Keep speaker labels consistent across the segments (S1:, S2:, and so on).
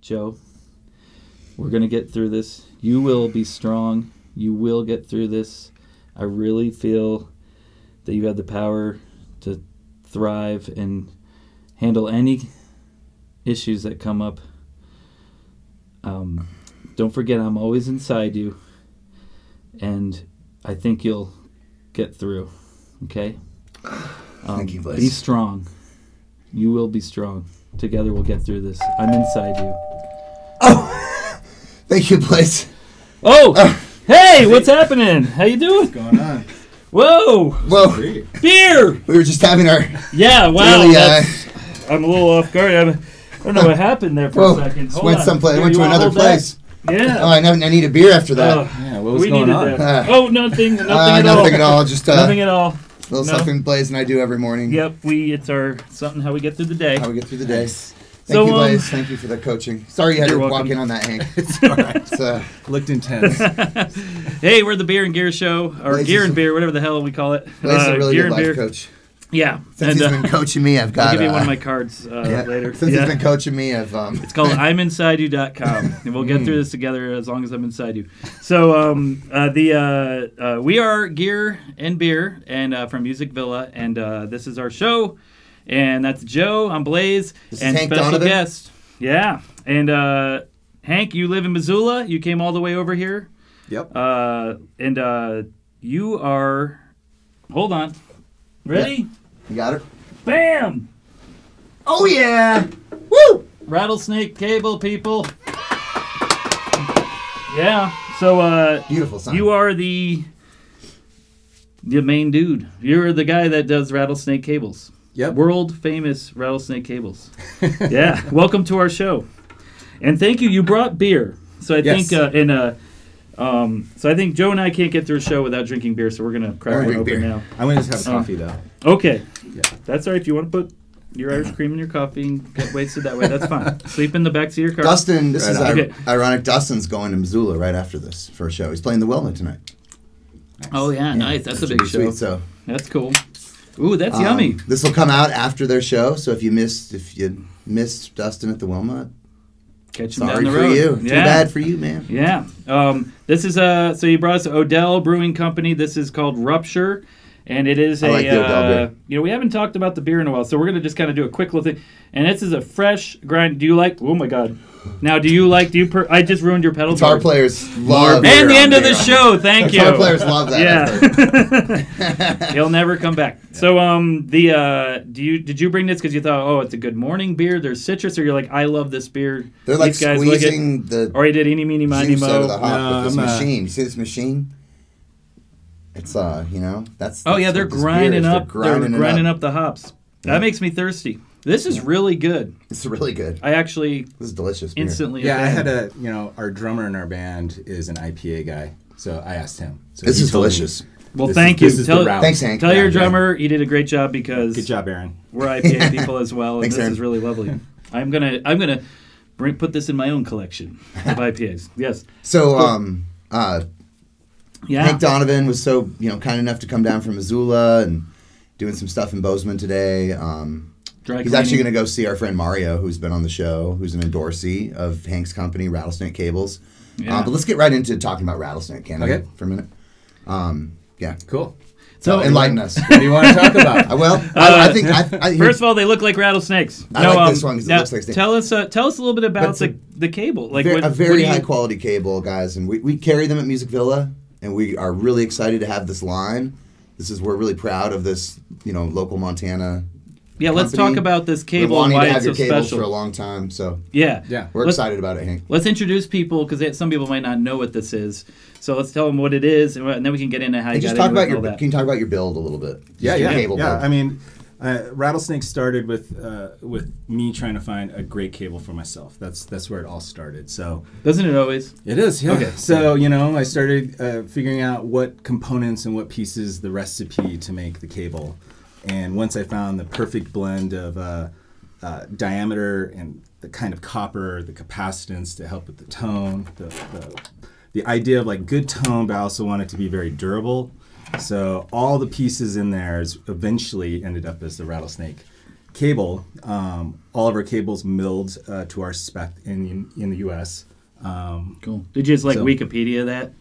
S1: Joe, we're going to get through this. You will be strong. You will get through this. I really feel that you have the power to thrive and handle any issues that come up. Um, don't forget, I'm always inside you, and I think you'll get through. Okay? Um,
S2: Thank you, Wes.
S1: Be strong. You will be strong. Together, we'll get through this. I'm inside you.
S2: Thank you, Blaze.
S1: Oh,
S2: Uh,
S1: hey, what's happening? How you doing?
S3: going on?
S1: Whoa,
S2: Well,
S3: Great.
S1: beer.
S2: we were just having our
S1: Yeah, wow.
S2: really. Uh,
S1: Oh, that's- I'm a little off guard. I'm, I don't know what happened there for
S2: whoa,
S1: a second. Hold
S2: went
S1: on.
S2: someplace.
S1: Here,
S2: went
S1: you
S2: to
S1: wanna
S2: another
S1: hold that?
S2: place.
S1: Yeah.
S2: Oh, I, never, I need a beer after that.
S1: Oh,
S3: Yeah, what was
S1: we
S3: going
S1: needed
S3: on?
S1: that.
S2: Ah.
S1: oh, nothing. Nothing
S2: Uh,
S1: at all.
S2: nothing at all. Just uh,
S1: Nothing at all.
S2: a little
S1: no.
S2: something Blaze and I do every morning.
S1: Yep. We. It's our something. How we get through the day.
S2: How we get through the day. Thank
S1: So,
S2: you,
S1: um,
S2: Blaze. Thank you for the coaching. Sorry you had to
S1: You're
S2: walk
S1: welcome.
S2: in on that, Hank.
S3: It's all right.
S2: It's, uh,
S3: Looked intense.
S1: hey, we're the Beer and Gear Show, or
S2: Blaze
S1: Gear
S2: is-
S1: and Beer, whatever the hell we call it.
S2: Blaze is
S1: Uh,
S2: a really
S1: Gear
S2: good
S1: and
S2: life
S1: Beer.
S2: coach.
S1: Yeah.
S2: Since
S1: and
S2: he's
S1: uh,
S2: been coaching me, I've got.
S1: I'll give you
S2: uh,
S1: one of my cards uh,
S2: yeah.
S1: later.
S2: Since
S1: Yeah.
S2: he's been coaching me, I've. Um,
S1: It's called I'mInsideYou.com, and we'll get through this together as long as I'm inside you. So um, uh, the uh, uh, we are Gear and Beer, and uh, from Music Villa, and uh, this is our show, and that's Joe. I'm Blaze,
S2: This is
S1: and
S2: Hank
S1: special
S2: Donovan.
S1: guest, yeah, and uh, Hank, you live in Missoula. You came all the way over here,
S3: yep.
S1: uh, and uh, you are. Hold on, ready?
S2: you got it.
S1: Bam!
S2: Oh yeah! Woo!
S1: Rattlesnake cable, people. Yeah. So uh,
S2: Beautiful song.
S1: you are the the main dude. You're the guy that does rattlesnake cables.
S3: Yep.
S1: World famous rattlesnake cables. yeah. Welcome to our show, and thank you. You brought beer, so I
S3: Yes.
S1: think uh, in uh Um, so I think Joe and I can't get through a show without drinking beer, so we're gonna
S2: We're
S1: crack one
S2: gonna
S1: open
S2: drink beer.
S1: now.
S3: I'm gonna just have
S1: Oh.
S3: a coffee though.
S1: Okay.
S3: Yeah.
S1: That's all right. If you want to put your Irish cream in your coffee and get wasted that way, that's fine. Sleep in the backseat of your car.
S2: Dustin, this
S3: Right
S2: is
S3: on.
S2: ir-
S1: Okay.
S2: ironic. Dustin's going to Missoula right after this for a show. He's playing the Wilma tonight.
S1: Oh yeah, nice. That's a big
S2: Pretty
S1: show.
S2: Sweet, Um, so
S1: That's cool. Ooh, that's yummy.
S2: This will come out after their show, so if you missed if you missed Dustin at the Wilma,
S1: Catch him down
S2: sorry
S1: the
S2: for
S1: road.
S2: you.
S1: Yeah.
S2: Too bad for you, man.
S1: Yeah. Um, this is uh so you brought us Odell Brewing Company. This is called Rupture. And it is
S2: I
S1: a
S2: like the Odell
S1: uh,
S2: beer.
S1: you know, we haven't talked about the beer in a while, so we're gonna just kinda do a quick little thing. And this is a fresh grind. Do you like oh my god. Now do you like do you per- I just ruined your pedal
S2: Guitar
S1: board.
S2: players love
S1: And the
S2: beer
S1: end
S2: on
S1: of the
S2: beer.
S1: show. Thank you.
S2: Guitar players love that.
S1: Yeah. He'll never come back. So um the uh do you did you bring this cuz you thought oh it's a good morning beer there's citrus or you're like I love this beer.
S2: They're like
S1: These guys like it.
S2: squeezing the
S1: Or you did any meeny miny
S2: juice out of the
S1: mo.
S2: hop
S3: No,
S2: with this
S3: I'm, uh,
S2: machine. You see this machine? It's uh, you know, that's.
S1: Oh yeah,
S2: that's
S1: they're
S2: what this beer is.
S1: grinding up they're grinding,
S2: it
S1: up. the hops. That makes me thirsty. This is really good.
S2: It's really good.
S1: I actually
S2: This is delicious. Beer.
S1: instantly
S3: Yeah, I
S1: offended.
S3: had a you know our drummer in our band is an IPA guy, so I asked him. So
S2: This
S3: he
S2: is
S3: told me
S2: delicious.
S1: Well,
S3: this
S1: thank
S3: is-
S1: you.
S3: This is
S1: Tell-
S3: the route.
S2: Thanks, Hank.
S1: Tell your
S3: Yeah, yeah.
S1: drummer you did a great job because
S3: Good job, Aaron.
S1: we're IPA people as well, and
S2: Thanks,
S1: this
S2: Aaron.
S1: is really lovely. I'm gonna I'm gonna bring, put this in my own collection of IPAs. Yes,
S2: So um, uh,
S1: yeah,
S2: Hank Donovan was so you know kind enough to come down from Missoula and doing some stuff in Bozeman today. Um,
S1: dry
S2: he's actually going
S1: cleaning.
S2: to go see our friend Mario, who's been on the show, who's an endorsee of Hank's company, Rattlesnake Cables.
S1: Yeah.
S2: Uh, but let's get right into talking about rattlesnake, can
S3: Okay.
S2: we, for a minute? Um, yeah,
S3: Cool.
S1: So, Uh,
S2: enlighten us.
S3: What do you want to talk about?
S2: I- well, I, I think I, I,
S1: First of all, they look like rattlesnakes. um,
S2: I like this one 'cause it
S1: now,
S2: looks like snake.
S1: Tell us, uh, tell us a little bit about
S2: But
S1: the,
S2: it's
S1: the cable. Like
S2: Ver-
S1: what,
S2: a
S1: what
S2: very
S1: do you-
S2: high quality cable, guys, and we, we carry them at Music Villa, and we are really excited to have this line. This is we're really proud of this, you know, local Montana.
S1: Yeah, let's
S2: company.
S1: talk about this
S2: Been
S1: cable and
S2: wanting
S1: why
S2: to have
S1: it's so
S2: your cables for a
S1: special.
S2: long time, so
S1: Yeah,
S3: Yeah.
S2: we're
S1: Let's-
S2: excited about it, Hank.
S1: Let's introduce people because some people might not know what this is. So let's tell them what it is, and, what- and then we can get into how
S2: Hey,
S1: you
S2: just
S1: got
S2: talk
S1: into it
S2: about
S1: and
S2: your.
S1: all that.
S2: Can you talk about your build a little bit? Just
S3: yeah,
S2: your
S3: yeah,
S2: cable
S3: yeah.
S2: build.
S3: I mean, uh, rattlesnake started with uh, with me trying to find a great cable for myself. That's that's where it all started. So
S1: Doesn't it always?
S3: It is, yeah.
S1: Okay.
S3: So, you know, I started uh, figuring out what components and what pieces the recipe to make the cable. And once I found the perfect blend of uh, uh, diameter and the kind of copper, the capacitance to help with the tone, the, the, the idea of like good tone, but I also want it to be very durable. So, all the pieces in there is eventually ended up as the rattlesnake cable, um, all of our cables milled uh, to our spec in in the U.S. Um,
S1: Cool. Did you just like
S3: So-
S1: Wikipedia that?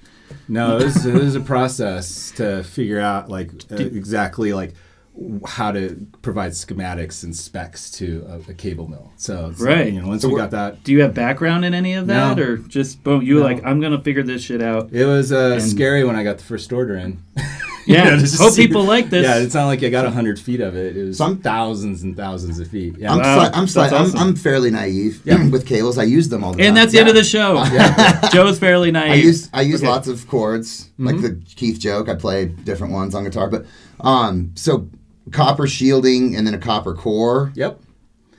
S3: no, it was, it was a process to figure out like uh, exactly like w- how to provide schematics and specs to a, a cable mill. So, so,
S1: Right.
S3: you know, once we got that,
S1: Do you have background in any of that,
S3: No.
S1: or just boom? You were
S3: No.
S1: like, I'm gonna figure this shit out.
S3: it was uh, scary when I got the first order in.
S1: Yeah,
S3: know, just to
S1: hope
S3: see-
S1: people like this.
S3: Yeah, it's not like I got hundred feet of it. It was
S2: Some-
S3: thousands and thousands of feet. Yeah,
S2: I'm,
S1: Wow,
S2: sli- I'm,
S1: that's
S2: sli-
S1: awesome.
S2: I'm, I'm fairly naive
S3: Yeah.
S2: with cables. I use them all the time.
S1: and that's the end of
S2: Yeah.
S1: the show. Joe's fairly naive.
S2: I use I use
S1: Okay. Mm-hmm.
S2: lots of chords, like the Keith joke. I play different ones on guitar, but um, so copper shielding and then a copper core.
S3: Yep.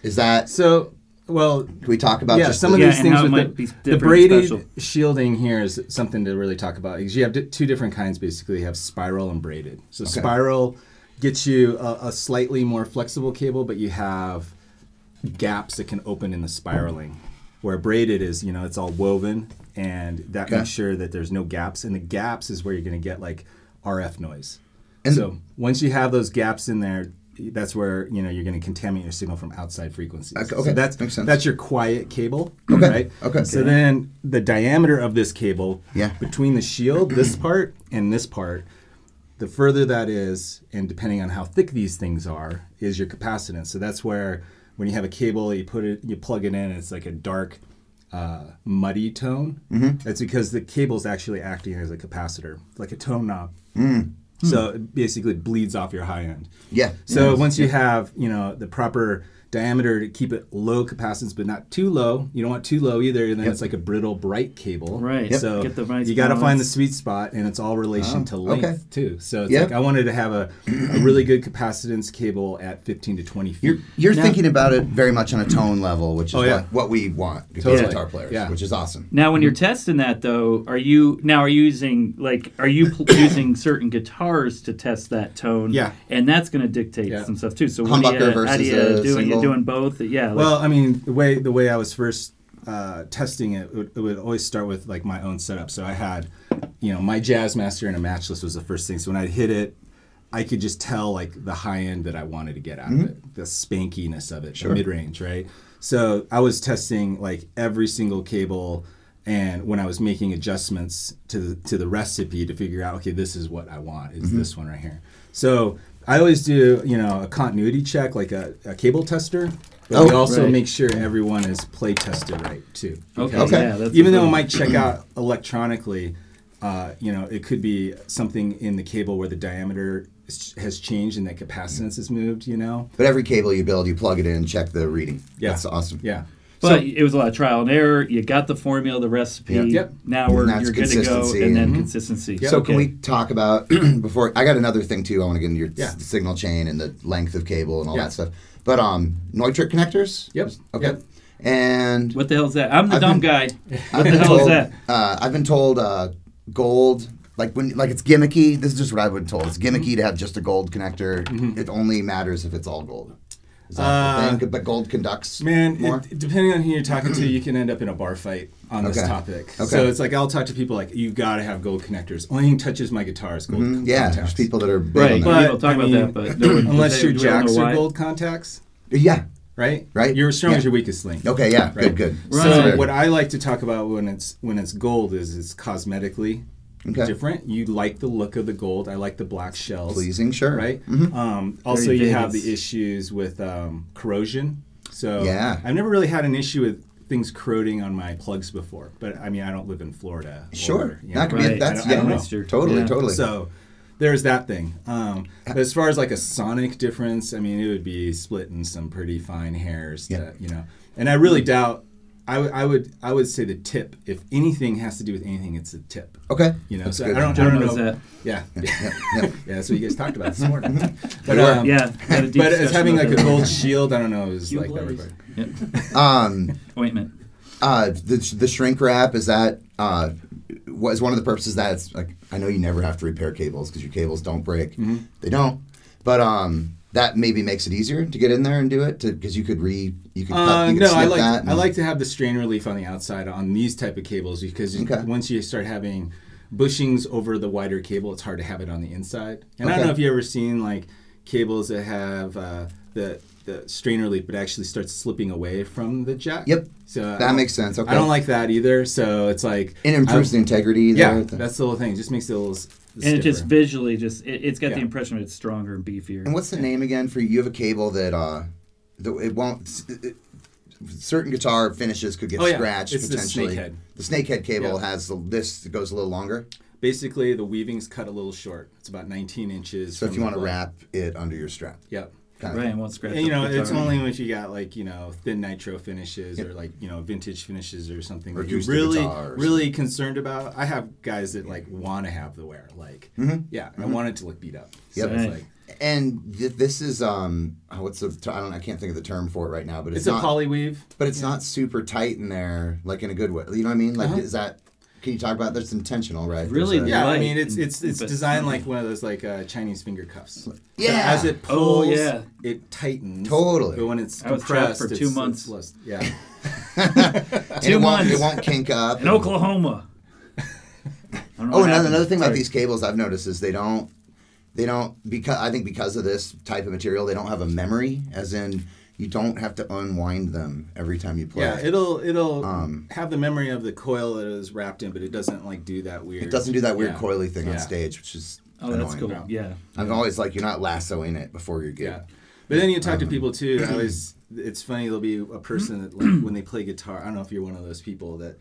S2: Is that?
S3: So, well,
S2: Can we talk about
S3: yeah,
S2: just
S3: some of
S2: the,
S1: Yeah,
S3: these
S1: and
S3: things
S1: how it
S3: with
S1: might
S3: the,
S1: be
S3: the
S1: different
S3: braided
S1: special.
S3: shielding here is something to really talk about because you have d- two different kinds basically. You have spiral and braided. So spiral gets you a, a slightly more flexible cable, but you have gaps that can open in the spiraling. Where braided is, you know, it's all woven and that makes sure that there's no gaps. And the gaps is where you're going to get like RF noise.
S2: And-
S3: so once you have those gaps in there, that's where you know you're going to contaminate your signal from outside frequencies.
S2: Okay,
S3: So
S2: okay,
S3: that's
S2: makes sense.
S3: that's your quiet cable,
S2: Okay,
S3: right?
S2: okay.
S3: So then the diameter of this cable,
S2: Yeah.
S3: between the shield, this part, and this part, the further that is, and depending on how thick these things are, is your capacitance. So that's where when you have a cable, you put it, you plug it in, and it's like a dark, uh, muddy tone.
S2: Mm-hmm.
S3: That's because the cable's actually acting as a capacitor, like a tone knob. So it basically bleeds off your high end.
S2: Mm. yeah.
S3: So once you have you know the proper diameter to keep it low capacitance, but not too low. You don't want too low either, and then it's like a brittle, bright cable.
S1: Right. Yep.
S3: So
S1: Get the nice
S3: you got to find the
S1: balance. Oh,
S3: sweet spot, and it's all relation to length
S2: okay.
S3: too. So it's
S2: Yeah.
S3: like I wanted to have a, a really good capacitance cable at 15 to 20 feet.
S2: you're you're
S1: Now-
S2: thinking about it very much on a tone level, which is
S3: Oh, yeah.
S2: what, what we want because
S3: Totally.
S2: guitar players,
S3: Yeah.
S2: which is awesome.
S1: Now, when you're testing that, though, are you now are you using like are you pl- using certain guitars to test that tone?
S3: Yeah.
S1: and that's going to dictate
S3: Yeah.
S1: some stuff too. So what do
S2: Humbucker
S1: you, how do
S2: versus
S1: you
S2: a
S1: do? it? You're
S2: single?
S1: doing both. Yeah. like-
S3: Well, I mean, the way the way I was first uh, testing it, it would, it would always start with like my own setup. So I had, you know, my Jazzmaster and a Matchless was the first thing. So when I hit it, I could just tell like the high end that I wanted to get out
S1: Mm-hmm.
S3: of it, the spankiness of it, the mid range, right? So I was testing like every single cable. And when I was making adjustments to the, to the recipe to figure out, okay, this is what I want, is
S1: Mm-hmm.
S3: this one right here. So I always do, you know, a continuity check, like a, a cable tester. But we
S2: Oh,
S3: also
S1: right.
S3: make sure everyone is play tested right too.
S1: okay.
S3: Because
S2: okay.
S1: Yeah, that's
S3: Even
S1: a
S3: though it
S1: good-
S3: might check out electronically, uh, you know, it could be something in the cable where the diameter is- has changed and that capacitance has moved. You know.
S2: But every cable you build, you plug it in, check the reading.
S3: Yeah.
S2: that's awesome.
S3: Yeah.
S1: But it was a lot of trial and error. You got the formula, the recipe.
S2: Yeah.
S3: Yep.
S1: Now we're
S2: And that's
S1: you're good to go,
S2: consistency
S1: and then
S2: and-
S1: consistency.
S2: So
S1: Okay.
S2: can we talk about before I got another thing too? I want to get into your s-
S3: Yeah.
S2: signal chain and the length of cable and all
S3: Yeah.
S2: that stuff. But um, Neutrik connectors.
S3: Yep.
S2: Okay.
S3: Yep.
S2: And
S1: What the hell's that? I'm the
S2: I've
S1: dumb
S2: been-
S1: guy. What
S2: I've
S1: the
S2: been
S1: hell is
S2: told,
S1: that?
S2: Uh, I've been told uh, gold, like when like it's gimmicky. This is just what I've been told. It's
S3: Mm-hmm.
S2: gimmicky to have just a gold connector. It only matters if it's all gold. Is that
S3: Uh,
S2: the thing? But gold conducts
S3: Man,
S2: more.
S3: it, depending on who you're talking to, you can end up in a bar fight on this
S2: Okay.
S3: topic.
S2: Okay.
S3: So it's like I'll talk to people like you got to have gold connectors. Only thing touches my guitar is gold.
S2: Mm, yeah,
S3: contacts.
S2: there's people that are
S1: Right.
S2: big on that.
S1: But-
S3: But
S1: We'll talk
S3: I
S1: about
S3: mean,
S1: that, but no one-
S3: unless your
S1: we don't know
S3: jacks are
S1: why.
S3: gold contacts,
S2: yeah.
S3: right?
S2: Right.
S3: Your strong
S2: Yeah.
S3: is your weakest link.
S2: Okay. Yeah.
S3: Right.
S2: Good. Good.
S1: Right.
S3: So
S2: Sorry.
S3: Um, what I like to talk about when it's when it's gold is it's cosmetically
S2: Okay.
S3: different. You like the look of the gold. I like the black shells.
S2: Pleasing. Sure.
S3: Right.
S2: Mm-hmm.
S3: Um, also,
S1: Very
S3: you have
S1: Vegas.
S3: the issues with um, corrosion. So
S2: Yeah.
S3: I've never really had an issue with things corroding on my plugs before. But I mean, I don't live in Florida. or,
S2: Sure.
S3: you
S2: that
S3: know,
S2: could be.
S1: Right.
S2: That's
S3: I don't- I don't
S2: yeah.
S3: know.
S1: Moisture.
S2: Totally.
S1: Yeah.
S2: Totally.
S3: So there's that thing. Um, but as far as like a sonic difference, I mean, it would be splitting some pretty fine hairs. to-
S2: Yeah.
S3: you know, and I really doubt. I would- I would I would say the tip. If anything has to do with anything, it's the tip.
S2: okay.
S3: You know,
S2: That's
S3: so
S2: good.
S3: I don't, I
S1: John
S3: don't
S1: knows
S3: know.
S1: that.
S3: Yeah,
S2: Yeah, yeah.
S3: yeah, that's what you guys talked about this morning. but
S2: We were.
S3: um,
S1: Yeah. had a deep
S3: but as
S1: discussion
S3: having like
S1: about
S3: a
S1: that.
S3: gold shield, I don't know, is
S1: You
S3: like
S1: blaze.
S3: everybody.
S2: Um.
S1: ointment.
S2: Uh, the, the shrink wrap is that uh, was one of the purposes that it's like I know you never have to repair cables because your cables don't break.
S3: Mm-hmm.
S2: They don't, but um, that maybe makes it easier to get in there and do it because you could re you could cut,
S3: Uh,
S2: you could
S3: no,
S2: snip
S3: I like
S2: that.
S3: I
S2: and-
S3: like to have the strain relief on the outside on these type of cables because you-
S2: Okay.
S3: once you start having bushings over the wider cable, it's hard to have it on the inside. And I
S2: Okay.
S3: don't know if you ever seen like cables that have uh, the the strainer leaf, but actually starts slipping away from the jack.
S2: Yep.
S3: So I
S2: That
S3: don't-
S2: makes sense. Okay.
S3: Uh, I don't like that either. So it's like
S2: It improves
S3: I-
S2: the integrity.
S3: Yeah,
S2: there.
S3: that's the whole thing. It just makes it a little. s-
S1: and it just
S3: stiffer.
S1: visually just it, it's got the
S3: Yeah.
S1: impression it's stronger and beefier.
S2: And what's the name again for you? Have a cable that uh, that it won't. s- It, certain guitar finishes could get
S3: Oh, yeah.
S2: scratched
S3: It's the
S2: potentially.
S3: snakehead.
S2: The snakehead cable
S3: Yeah.
S2: has the, this that goes a little longer.
S3: basically the weaving's cut a little short. It's about 19 inches.
S2: So if
S3: from
S2: you
S3: the
S2: want to
S3: blade.
S2: wrap it under your strap,
S3: Yep.
S2: kind of
S1: right?
S2: thing.
S1: And won't scratch.
S3: And you
S1: up
S3: know,
S1: the
S3: it's
S1: guitar.
S3: only if you got like you know thin nitro finishes or like you know vintage finishes or something
S2: Or
S3: that you're
S2: acoustic
S3: really
S2: guitar or
S3: really concerned about. I have guys that like want to have the wear, like
S1: Mm-hmm.
S3: yeah, I want it to look beat up. So
S2: Yep.
S3: it's
S1: Right.
S3: like
S2: And th- this is um, oh, what's the ter- I don't I can't think of the term for it right now, but it's,
S3: it's,
S2: not
S3: a poly weave.
S2: but it's not super tight in there, like in a good way. You know what I mean? Like
S3: Uh-huh.
S2: is that? Can you talk about that's intentional, right?
S1: Really?
S2: There's a-
S3: Yeah, I
S1: Light
S3: mean it's
S1: and-
S3: it's it's
S1: but-
S3: designed like one of those like uh, Chinese finger cuffs. So
S2: Yeah.
S3: as it
S1: Oh,
S3: pulls,
S1: yeah.
S3: it tightens
S2: Totally.
S3: But when it's
S1: I was trapped
S3: compressed,
S1: for
S3: it's-
S1: two
S3: it's
S1: months.
S3: less- yeah.
S2: and
S1: two
S2: it won't, it
S1: months.
S2: won't kink up.
S1: in Oklahoma. I don't know
S2: Oh,
S1: what
S2: another,
S1: happened.
S2: another thing about
S1: Sorry.
S2: these cables I've noticed is they don't, they don't because I think because of this type of material they don't have a memory, as in you don't have to unwind them every time you play.
S3: Yeah,
S2: it,
S3: it'll it'll
S1: Um.
S3: have the memory of the coil that it was wrapped in, but it doesn't like do that weird.
S2: doesn't do that weird
S3: Yeah.
S2: coily thing on
S3: Yeah.
S2: stage, which is
S1: Oh, that's
S2: annoying.
S1: cool. Yeah.
S2: I'm always like you're not lassoing it before your gig.
S3: Yeah, but then you talk to
S2: Um,
S3: people too. I always, it's funny. There'll be a person that like when they play guitar. I don't know if you're one of those people that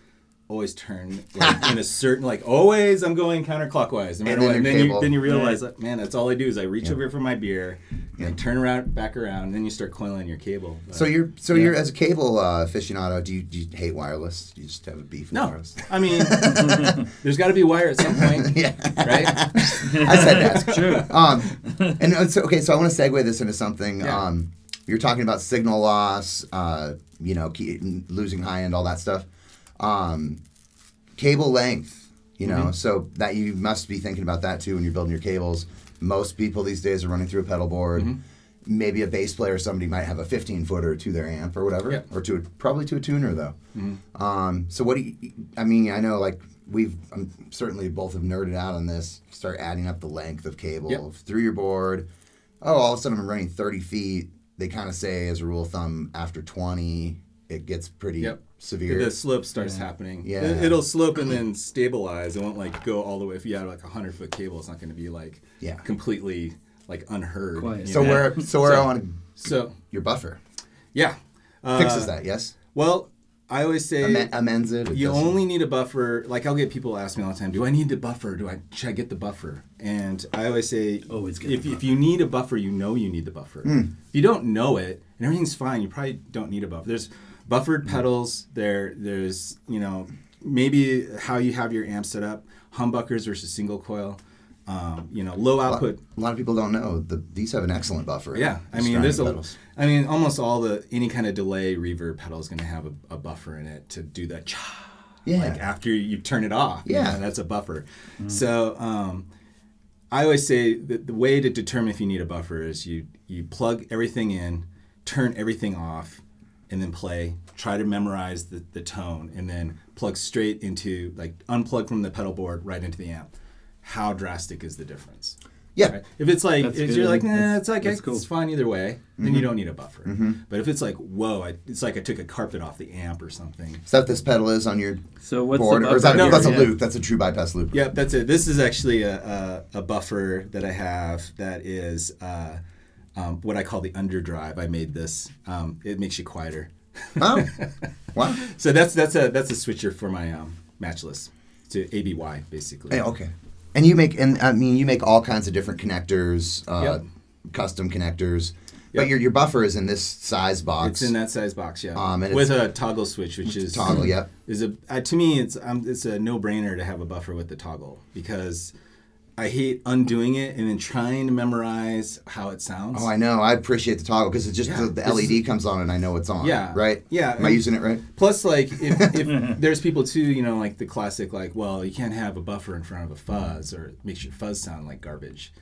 S3: always turn like, in a certain like always. I'm going counterclockwise, no matter
S2: And then
S3: what.
S2: your
S3: And then you
S2: cable.
S3: then you realize, like, man, that's all I do is I reach over for my beer, and I turn around back around, and then you start coiling your cable. But-
S2: So you're so
S3: Yeah.
S2: you're as a cable uh, aficionado. Do you, do you hate wireless? You just have a beef with
S3: no,
S2: wireless.
S3: I mean, there's got to be wire at some point,
S2: Yeah.
S3: right?
S2: I said that.
S1: True.
S2: um, and uh, so, okay, so I want to segue this into something.
S3: Yeah.
S2: Um, you're talking about signal loss, uh, you know, key, losing high end, all that stuff. Um, cable length, you know, so that you must be thinking about that too when you're building your cables. Most people these days are running through a pedal board. Maybe a bass player, somebody might have a 15 footer to their amp or whatever,
S3: Yeah.
S2: or to a, probably to a tuner though. Um, so what do you? I mean, I know like we've um certainly both have nerded out on this. Start adding up the length of cable
S3: Yep.
S2: through your board. Oh, all of a sudden I'm running 30 feet. They kind of say, as a rule of thumb, after 20, it gets pretty
S3: Yep.
S2: severe.
S3: The slope starts happening.
S2: Yeah.
S3: It, it'll slope and then stabilize. It won't like go all the way. If you had like a hundred foot cable, it's not going to be like
S2: Yeah.
S3: completely like unheard.
S1: Quiet.
S3: you
S2: so
S3: know?
S2: where so where I want to
S3: so
S2: your buffer
S3: yeah uh,
S2: fixes that? Yes,
S3: Well, I always say
S2: Amen- amends it. it
S3: you
S2: doesn't-
S3: only need a buffer. Like I'll get people ask me all the time, "Do I need the buffer? Do I should I get the buffer?" And I always say,
S1: Always get
S3: if,
S1: the
S3: if you need a buffer, you know you need the buffer. If you don't know it and everything's fine, you probably don't need a buffer. There's buffered pedals. There, there's you know maybe how you have your amp set up, humbuckers versus single coil. Um, you know, low output
S2: A lot of people don't know the, these have an excellent buffer.
S3: yeah, I
S2: These
S3: mean, there's a,
S2: Stryker
S3: I
S2: pedals.
S3: mean, almost all the any kind of delay reverb pedal is going to have a, a buffer in it to do that. Cha,
S2: Yeah.
S3: Like after you turn it off. you
S2: Yeah.
S3: know, that's a buffer.
S1: Mm-hmm.
S3: So um, I always say that the way to determine if you need a buffer is you you plug everything in, turn everything off, and then play. Try to memorize the, the tone, and then plug straight into like unplug from the pedal board right into the amp. How drastic is the difference?
S2: Yeah,
S3: Right? If it's like,
S1: That's
S3: if
S1: good.
S3: you're like, nah,
S1: That's-
S3: it's like,
S1: that's
S3: it's
S1: cool. Mm-hmm.
S3: fine either way, then you don't need a buffer. But if it's like, whoa, I, it's like I took a carpet off the amp or something.
S2: is that what this pedal is on your
S1: So what's
S2: board,
S1: the
S2: or is that
S1: buffer
S2: that's a
S1: here?
S2: loop? That's a true bypass loop.
S3: Yep, that's it. This is actually a, a, a buffer that I have that is uh, um, what I call the underdrive. I made this. Um, it makes you quieter.
S2: Oh, wow.
S3: So that's that's a that's a switcher for my um, match list to ABY basically.
S2: Yeah, okay. And you make and I mean you make all kinds of different connectors, uh,
S3: Yep.
S2: custom connectors. But
S3: Yep.
S2: your your buffer is in this size box.
S3: It's in that size box, yeah.
S2: Um, and
S3: with a toggle switch, which is
S2: toggle, yep.
S3: Is a uh, to me, it's um, it's a no brainer to have a buffer with the toggle because I hate undoing it and then trying to memorize how it sounds.
S2: Oh, I know. I appreciate the toggle because it's just
S3: Yeah,
S2: the, the
S3: this
S2: LED comes on and I know it's on.
S3: Yeah,
S2: Right.
S3: yeah,
S2: Am I
S3: and-
S2: using it right?
S3: Plus, like if, if there's people too, you know, like the classic, like, well, you can't have a buffer in front of a fuzz or it makes your fuzz sound like garbage.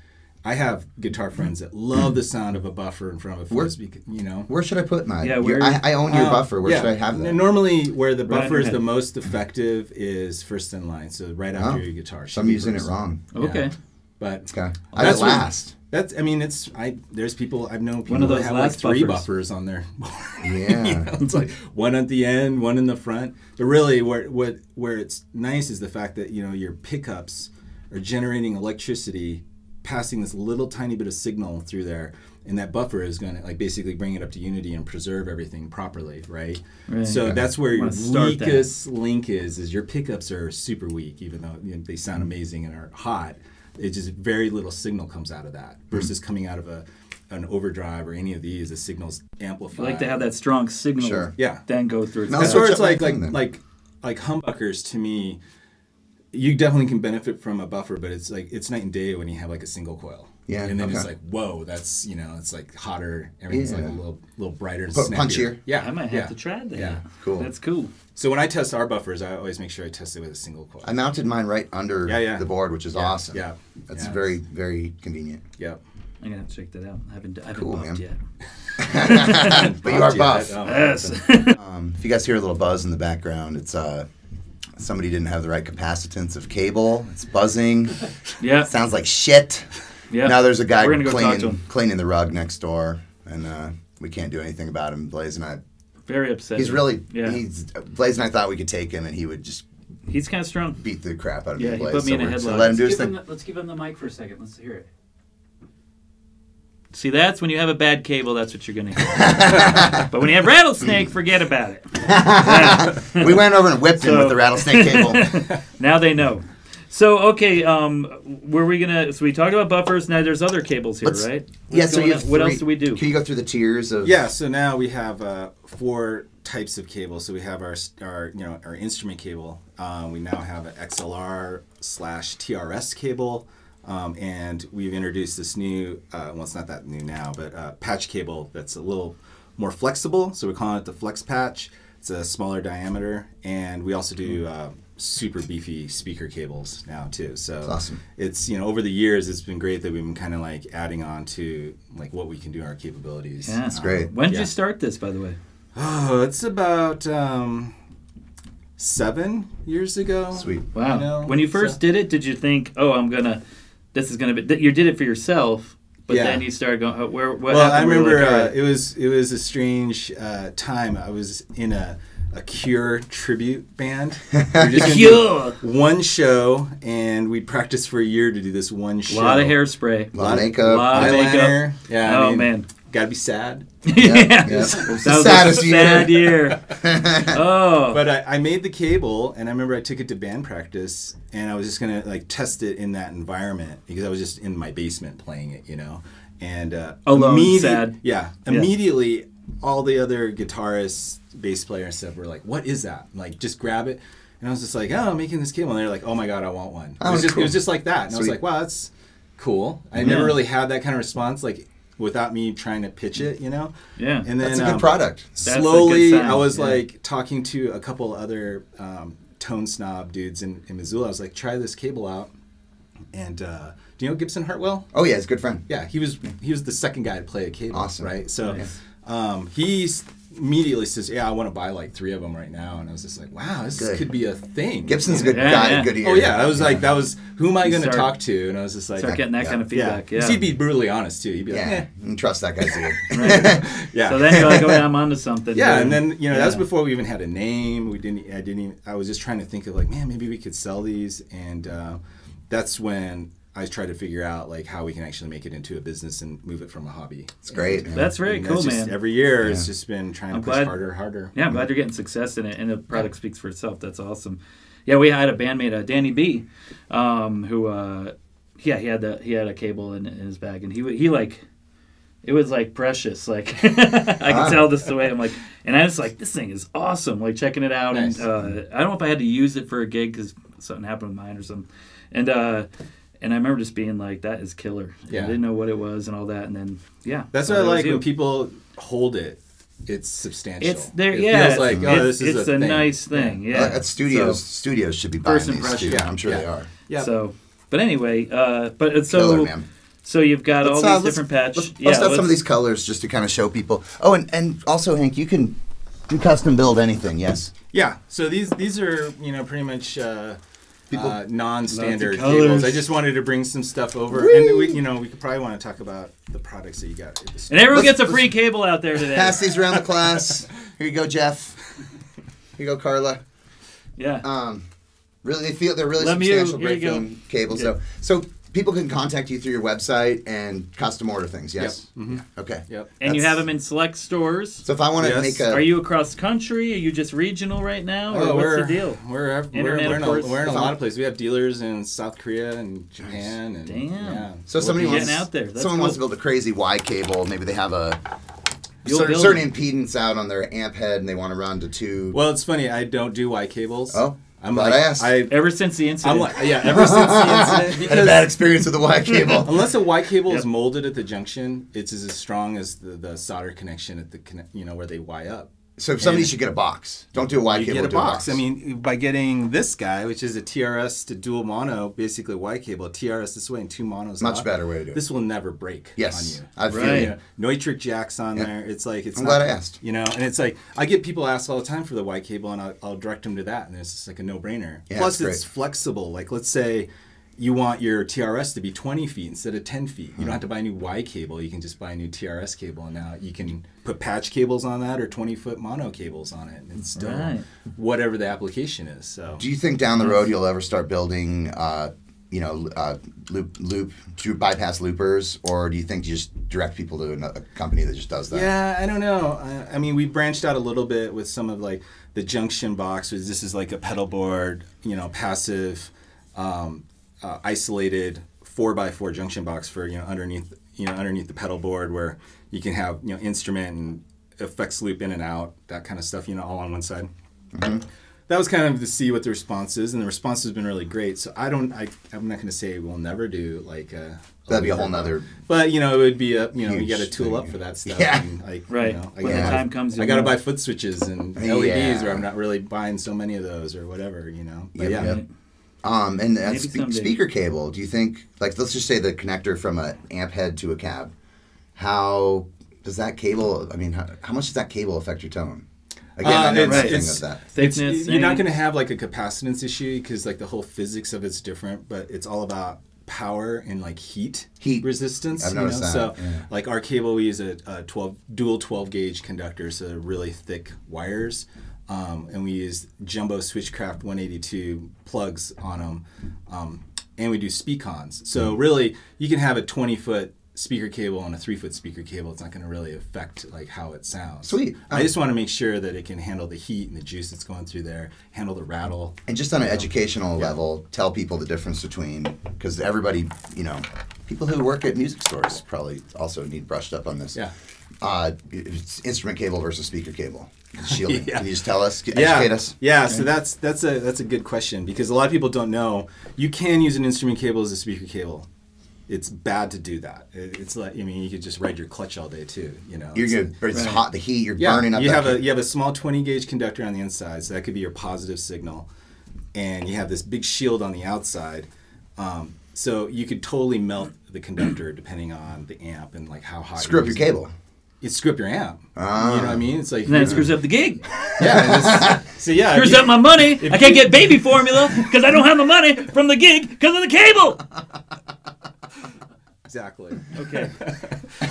S3: I have guitar friends that love the sound of a buffer in front of a
S2: Where-
S3: fuzz, because, you know.
S2: Where should I put mine?
S1: Yeah,
S2: Your-
S1: where-
S2: I, I own your
S3: Uh,
S2: buffer. Where
S3: yeah.
S2: should I have that?
S3: N- Normally, where the
S1: Right
S3: buffer is
S1: ahead.
S3: the most effective is first in line, so right after your
S2: Oh.
S3: guitar.
S2: so
S3: should
S2: I'm
S3: be
S2: using it
S3: first.
S2: wrong.
S1: Okay.
S3: But
S2: Okay. I have it
S3: That's what-
S2: last.
S3: That's. I mean, it's. I there's people I've known people
S1: of
S3: that
S1: those
S3: have
S1: last
S3: like three
S1: buffers.
S3: buffers on their board.
S2: Yeah.
S3: You know, it's like one at the end, one in the front. But really, where what where it's nice is the fact that you know your pickups are generating electricity, passing this little tiny bit of signal through there, and that buffer is going to like basically bring it up to unity and preserve everything properly, right?
S1: Right.
S3: So that's where your
S1: Wanna start that.
S3: weakest link is. Is your pickups are super weak, even though you know, they sound
S1: Mm-hmm.
S3: amazing and are hot. It just very little signal comes out of that
S1: Mm-hmm.
S3: versus coming out of a an overdrive or any of these. The signals amplified.
S1: I like to have that strong signal.
S2: Sure.
S3: Yeah.
S1: Then go through.
S2: Now,
S1: that.
S3: That's where
S2: switch
S3: it's
S2: up my
S3: like like
S2: thing then.
S3: like like humbuckers to me. You definitely can benefit from a buffer, but it's like it's night and day when you have like a single coil.
S2: Yeah,
S3: and then it's
S2: okay.
S3: like whoa, that's you know, it's like hotter. Everything's like a
S2: Yeah.
S3: little little brighter and
S2: Pu-
S3: snappier.
S2: punchier.
S3: Yeah,
S1: I might have
S3: yeah.
S1: to try that.
S3: Yeah.
S2: Cool.
S1: That's cool.
S3: So when I test our buffers, I always make sure I test it with a single coil.
S2: I mounted mine right under
S3: Yeah, yeah.
S2: the board, which is
S3: Yeah,
S2: awesome.
S3: yeah.
S2: That's
S3: Yeah.
S2: very, very convenient.
S3: Yep.
S1: I'm gonna have to check that out. I haven't. I haven't
S2: Cool,
S1: buffed
S2: man.
S1: yet.
S2: But you are
S3: Yeah,
S2: buff.
S3: that- oh,
S1: Yes.
S2: Um, if you guys hear a little buzz in the background, it's uh, somebody didn't have the right capacitance of cable. It's buzzing.
S1: yeah.
S2: Sounds like shit.
S1: Yeah.
S2: Now there's a guy
S1: We're gonna go talk to
S2: cleaning,
S1: him.
S2: cleaning the rug next door, and uh, we can't do anything about him. Blaze and I.
S1: Very upset.
S2: He's really.
S1: Yeah.
S2: He's Blaze and I thought we could take him, and he would just
S1: He's kind of strong.
S2: beat the crap out of
S1: Yeah,
S2: me.
S1: he
S2: Blaze.
S1: put me in a
S2: we're-
S1: headlock.
S2: let him do
S1: let's,
S2: his
S1: give him
S2: thing.
S1: the, let's give him the mic for a second. Let's hear it. See, that's when you have a bad cable. That's what you're gonna hear. but when you have rattlesnake, forget about it.
S2: we went over and whipped him
S1: So-
S2: with the rattlesnake cable.
S1: Now they know. So okay, um, were we gonna? So we talked about buffers. Now there's other cables here,
S2: Let's-
S1: right? What's
S2: yeah, so
S1: going
S2: you
S1: on?
S2: have
S1: what else
S2: three-
S1: do we do?
S2: Can you go through the tiers of
S3: Yeah, so now we have uh, four types of cable. So we have our s- our you know our instrument cable. Um, we now have an XLR slash TRS cable, um, and we've introduced this new. Uh, well, it's not that new now, but uh, patch cable that's a little more flexible. So we're calling it the Flex Patch. It's a smaller diameter, and we also
S2: Hmm.
S3: do uh, super beefy speaker cables now too. So
S2: awesome.
S3: it's you know over the years it's been great that we've been kind of like adding on to like what we can do our capabilities
S1: Yeah. That's
S2: great.
S1: When did
S3: Yeah.
S1: you start this, by the way?
S3: oh it's about um seven years ago
S2: sweet.
S1: Wow.
S3: You know,
S1: when you first
S3: so-
S1: did it, did you think, "Oh, I'm gonna, this is gonna be"? That you did it for yourself, but
S3: Yeah.
S1: then you started going, oh, "Where? What
S3: well i
S1: happened?" Where
S3: remember
S1: you're like,
S3: uh, it was it was a strange uh, time i was in a a cure tribute band We were just gonna
S1: Cure!
S3: do one show and we practiced for a year to do this one
S1: "All
S3: show
S1: right." a lot of hairspray.
S2: A lot of makeup.
S1: Lot of makeup.
S3: eyeliner yeah I
S1: oh
S3: mean,
S1: man,
S3: gotta be sad
S1: yeah,
S2: It's the
S1: that was
S2: saddest
S1: a
S2: year.
S1: sad year. oh,
S3: But I, I made the cable, and I remember I took it to band practice, and I was just gonna like test it in that environment because I was just in my basement playing it, you know. And uh,
S1: Alone, sad.
S3: Yeah, immediately, all the other guitarists, bass player, and stuff were like, "What is that?" Like, just grab it. And I was just like, "Oh, I'm making this cable," and they're like, "Oh my god, I want one." it
S2: Oh,
S3: was just
S2: cool.
S3: it was just like that, and I was
S2: Sweet.
S3: like, "Wow, that's cool." I never really had that kind of response, like without me trying to pitch it, you know.
S1: Yeah.
S3: and then
S2: That's a
S3: um,
S2: good product.
S1: a good
S3: slowly
S1: sign,
S3: i was
S1: yeah.
S3: like talking to a couple other um, tone snob dudes in, in missoula i was like try this cable out and uh, do you know gibson hartwell
S2: Oh yeah, it's a good friend.
S3: yeah he was he was the second guy to play a cable
S2: Awesome.
S3: right so
S1: Nice.
S3: um, he s- immediately says yeah i want to buy like three of them right now and i was just like wow this
S2: Good.
S3: could be a thing
S2: Gibson's a good
S1: Yeah,
S2: guy,
S1: yeah.
S2: good ear.
S3: oh yeah i was like that was who am i going to
S1: Start-
S3: talk to and i was just like
S1: start getting that
S2: yeah.
S1: kind of feedback. Yeah.
S3: Because he'd be brutally honest too he'd be like
S2: yeah.
S3: eh,
S2: You can trust that guy's ear.
S3: yeah
S1: So then you're like, "Oh, yeah, I'm onto something."
S3: Yeah,
S1: dude."
S3: and then you know that was
S1: Yeah.
S3: before we even had a name. We didn't. I didn't. Even, I was just trying to think of like, man, maybe we could sell these, and uh, that's when I tried to figure out like how we can actually make it into a business and move it from a hobby. It's
S2: great, man.
S1: That's very cool, man.
S3: Every year, it's just been trying to
S1: I'm
S3: push
S1: glad-
S3: harder, harder.
S1: Yeah, I'm glad you're getting success in it, and the product speaks for itself. That's awesome. Yeah, we had a bandmate, uh, Danny B, um, who, uh, yeah, he had the he had a cable in, in his bag, and he wa- he like, it was like precious. Like I can tell this the way I'm like, and I was like, this thing is awesome. Like checking it out,
S3: Nice.
S1: and uh, I don't know if I had to use it for a gig because something happened with mine or something, and. uh and I remember just being like, "That is killer." Yeah. I
S3: Yeah.
S1: didn't know what it was and all that, and then yeah.
S3: That's
S1: so
S3: what I
S1: that was
S3: like
S1: you.
S3: when people hold it. It's substantial.
S1: It's there.
S3: It
S1: yeah,
S3: feels like
S1: it's,
S3: oh, this is
S1: it's
S3: a,
S1: a,
S3: thing.
S1: nice thing. Yeah,
S2: Like, at Uh, studios,
S1: So,
S2: studios should be buying
S1: First
S2: these too.
S1: impression.
S2: I'm sure
S3: Yeah.
S2: they are.
S3: Yeah.
S1: so, but anyway, uh, but it's so
S2: Killer, man.
S1: so you've got all
S2: Let's,
S1: these
S2: uh, let's-
S1: different patch.
S2: Let's,
S1: yeah,
S2: let's have some of these colors just to kind of show people. Oh, and, and also Hank, you can do custom build anything. Yes.
S3: Yeah. So these these are you know pretty much uh,
S2: People-
S3: uh, non-standard
S1: Lots of
S3: cables.
S1: colors.
S3: I just wanted to bring some stuff over, and we, you know, we could probably want to talk about the products that you got. At the store.
S1: And everyone
S2: Let's-
S1: gets a free cable out there today.
S2: Pass these around the class. Here you go, Jeff. Here you go, Carla.
S1: Yeah.
S2: Um, really, they feel they're really
S1: Let me- here
S2: substantial
S1: you
S2: great
S1: go.
S2: film cables. So, so people can contact you through your website and custom order things. Yes. Yeah. Okay.
S3: Yep.
S1: and you
S2: that's-
S1: have them in select stores.
S2: So if I want to
S3: Yes.
S2: make a,
S1: Are you across country? Are you just regional right now? Or
S3: Oh,
S1: what's
S3: we're,
S1: the deal?
S3: We're, ev- we're,
S1: Internet,
S3: we're
S1: of
S3: in a,
S1: course.
S3: we're in a
S2: It's
S3: lot
S2: on-
S3: of places. We have dealers in South Korea and Japan. And,
S1: Damn.
S3: Yeah.
S2: so somebody
S1: We're
S2: wants
S1: getting out there. That's
S2: someone wants to
S1: cool.
S2: build a crazy Y cable. Maybe they have a
S1: You'll
S2: certain,
S1: build
S2: certain impedance out on their amp head and they want to run to two.
S3: Well, it's funny. I don't do Y cables.
S2: Oh,
S3: I'm
S2: glad
S3: like,
S2: I asked.
S3: I,
S1: Ever since the incident.
S3: I'm like, yeah, ever since the incident.
S2: had a bad
S3: Because
S2: experience with the Y cable.
S3: unless a Y cable
S1: Yep.
S3: is molded at the junction, it's as, as strong as the, the solder connection at the, conne- you know, where they Y up.
S2: So if somebody
S3: And-
S2: should get a box. Don't do a Y
S3: You
S2: cable.
S3: get a
S2: do
S3: box. I mean, by getting this guy, which is a TRS to dual mono, basically Y cable, TRS this way and two monos.
S2: much
S3: out,
S2: better way to do it.
S3: This will never break
S2: yes,
S3: on you.
S2: I feel
S1: Right.
S2: you.
S3: Yeah, Neutrik jacks on there. It's like it's.
S2: I'm
S3: not-
S2: glad I asked.
S3: You know, and it's like I get people ask all the time for the white cable, and I'll, I'll direct them to that, and it's just like a no-brainer.
S2: Yeah,
S3: Plus,
S2: it's
S3: it's flexible. Like, let's say you want your TRS to be 20 feet instead of 10 feet. You
S2: Hmm.
S3: don't have to buy a new Y cable. You can just buy a new TRS cable, and now you can put patch cables on that or 20-foot mono cables on it, and it's still
S1: Right.
S3: whatever the application is. So.
S2: Do you think down the road you'll ever start building, uh, you know, uh, loop loop to bypass loopers, or do you think you just direct people to ano- a company that just does that?
S3: Yeah, I don't know. I, I mean, we branched out a little bit with some of like the junction box. Which this is like a pedal board, you know, passive, um, uh, isolated four by four junction box for you know underneath you know underneath the pedal board where you can have you know instrument and effects loop in and out that kind of stuff you know all on one side.
S2: Mm-hmm.
S3: That was kind of to see what the response is, and the response has been really great. So I don't, I, I'm not going to say we'll never do like a.
S2: That'd be a whole nother.
S3: But you know, it would be a you know, you
S2: Huge
S3: got to tool
S2: thing,
S3: up
S2: yeah.
S3: for that stuff.
S2: Yeah.
S3: and, like,
S1: Right.
S3: You know, I
S1: When
S2: the
S3: gotta-
S1: time comes,
S3: I
S1: you
S3: got to
S1: know.
S3: buy foot switches and LEDs,
S2: Yeah.
S3: or I'm not really buying so many of those, or whatever. You know. But
S2: Yep,
S3: yeah.
S2: yep. Um, and uh,
S1: Maybe
S2: spe-
S1: someday.
S2: speaker cable. Do you think, like, let's just say the connector from a amp head to a cab, how does that cable? I mean, how, how much does that cable affect your tone? Again,
S3: Uh,
S2: I know
S3: it's-
S2: nothing
S3: it's-
S2: of that.
S3: It's,
S1: Thickness,
S3: you're not
S1: and-
S3: going to have like a capacitance issue because like the whole physics of it's different, but it's all about power and like heat,
S2: Heat.
S3: resistance.
S2: I've
S3: you
S2: noticed
S3: know?
S2: that,
S3: So
S2: yeah.
S3: like our cable, we use a, a 12 dual 12 gauge conductor, so they're really thick wires, um, and we use jumbo Switchcraft 182 plugs on them, um, and we do speakons. So
S2: Hmm.
S3: really, you can have a 20 foot speaker cable and a three foot speaker cable. It's not going to really affect like how it sounds.
S2: Sweet.
S3: I just want to make sure that it can handle the heat and the juice that's going through there, handle the rattle.
S2: And just on an educational level, tell people the difference between because everybody, you know, people who work at music stores probably also need brushed up on this.
S3: Yeah.
S2: Uh, it's instrument cable versus speaker cable. Shielding.
S3: Yeah.
S2: Can you just tell us? Educate
S3: Yeah,
S2: us.
S3: yeah. So that's that's a that's a good question because a lot of people don't know you can use an instrument cable as a speaker cable. It's bad to do that. It- It's like I mean you could just ride your clutch all day too. You know,
S2: You're
S3: It's-
S2: good. It's hot. The heat. You're burning up.
S3: You
S2: that
S3: have a
S2: ca-
S3: you have a small 20 gauge conductor on the inside, so that could be your positive signal, and you have this big shield on the outside. Um, so you could totally melt the conductor depending on the amp and like how hot.
S2: screw up
S3: you're
S2: your
S3: using it.
S2: cable.
S3: You screw up your amp. You
S2: Ah.
S3: know what I mean? It's like
S1: and then it screws up the gig.
S3: yeah. it's- so yeah,
S1: Screws
S3: you-
S1: up my money. I can't get baby formula because I don't have my money from the gig because of the cable.
S3: exactly.
S1: Okay.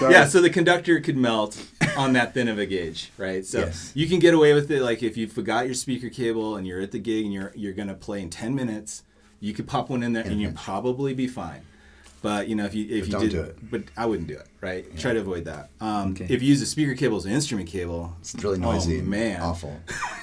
S3: Yeah, so the conductor could melt on that thin of a gauge, right? So
S2: Yes.
S3: you can get away with it like if you forgot your speaker cable and you're at the gig and you're you're gonna play in ten minutes, you could pop one in there and you'll probably be fine. But you know if you if you
S2: don't
S3: did,
S2: do it.
S3: but I wouldn't do it, right? Try to avoid that. Um,
S1: Okay.
S3: If you use a speaker cable as an instrument cable,
S2: It's really noisy.
S3: Oh,
S2: and
S3: man,
S2: Awful.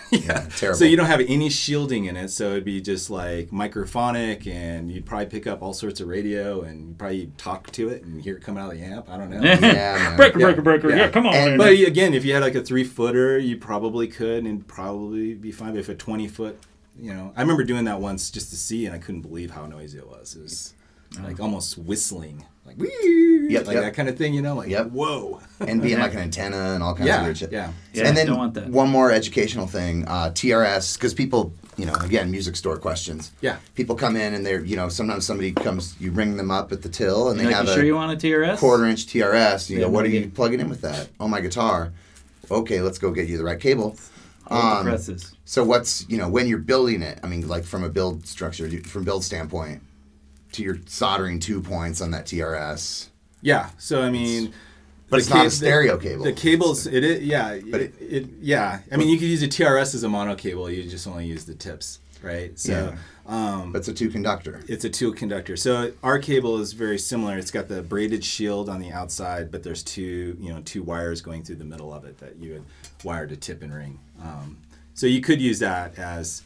S2: yeah. Terrible.
S3: so you don't have any shielding in it, so it'd be just like microphonic, and you'd probably pick up all sorts of radio, and you'd probably talk to it and hear it coming out of the amp. I don't know.
S2: Yeah. man.
S1: Breaker, breaker, breaker. Yeah,
S3: Yeah.
S1: come on.
S2: And-
S1: man.
S3: But again, if you had like a three footer, you probably could and probably be fine. But if a twenty foot, you know, I remember doing that once just to see, and I couldn't believe how noisy it was. It was like almost whistling, like "Wee,"
S2: Uh-huh. Yep,
S3: like
S2: yep.
S3: that kind of thing. You know, like
S2: Yep.
S3: whoa.
S2: and being like an antenna and all kinds of
S3: Yeah,
S2: weird shit.
S3: yeah.
S1: Yeah,
S2: and then
S1: don't want that.
S2: one more educational thing, uh, TRS, because people, you know, again, music store questions.
S3: Yeah.
S2: People come in and they're, you know, sometimes somebody comes, you ring them up at the till and they
S1: Like,
S2: have
S1: you
S2: a
S1: sure you want a TRS?
S2: quarter inch TRS. And you
S1: Yeah,
S2: go, what are
S1: no
S2: you
S1: gig.
S2: plugging in with that? Oh, my guitar. Okay, let's go get you the right cable.
S1: Hold the
S2: Um,
S1: presses.
S2: So what's you know when you're building it? I mean, like from a build structure, you- from build standpoint, to your soldering two points on that TRS.
S3: Yeah. So I mean,
S2: but
S3: the
S2: it's not a
S3: the-
S2: stereo cable.
S3: The cables, it is. Yeah.
S2: But
S3: It, it, yeah. I mean, you could use a TRS as a mono cable. You just only use the tips, right? So um,
S2: That's a two conductor.
S3: it's a two conductor. So our cable is very similar. It's got the braided shield on the outside, but there's two, you know, two wires going through the middle of it that you would wire to tip and ring. Um, so you could use that as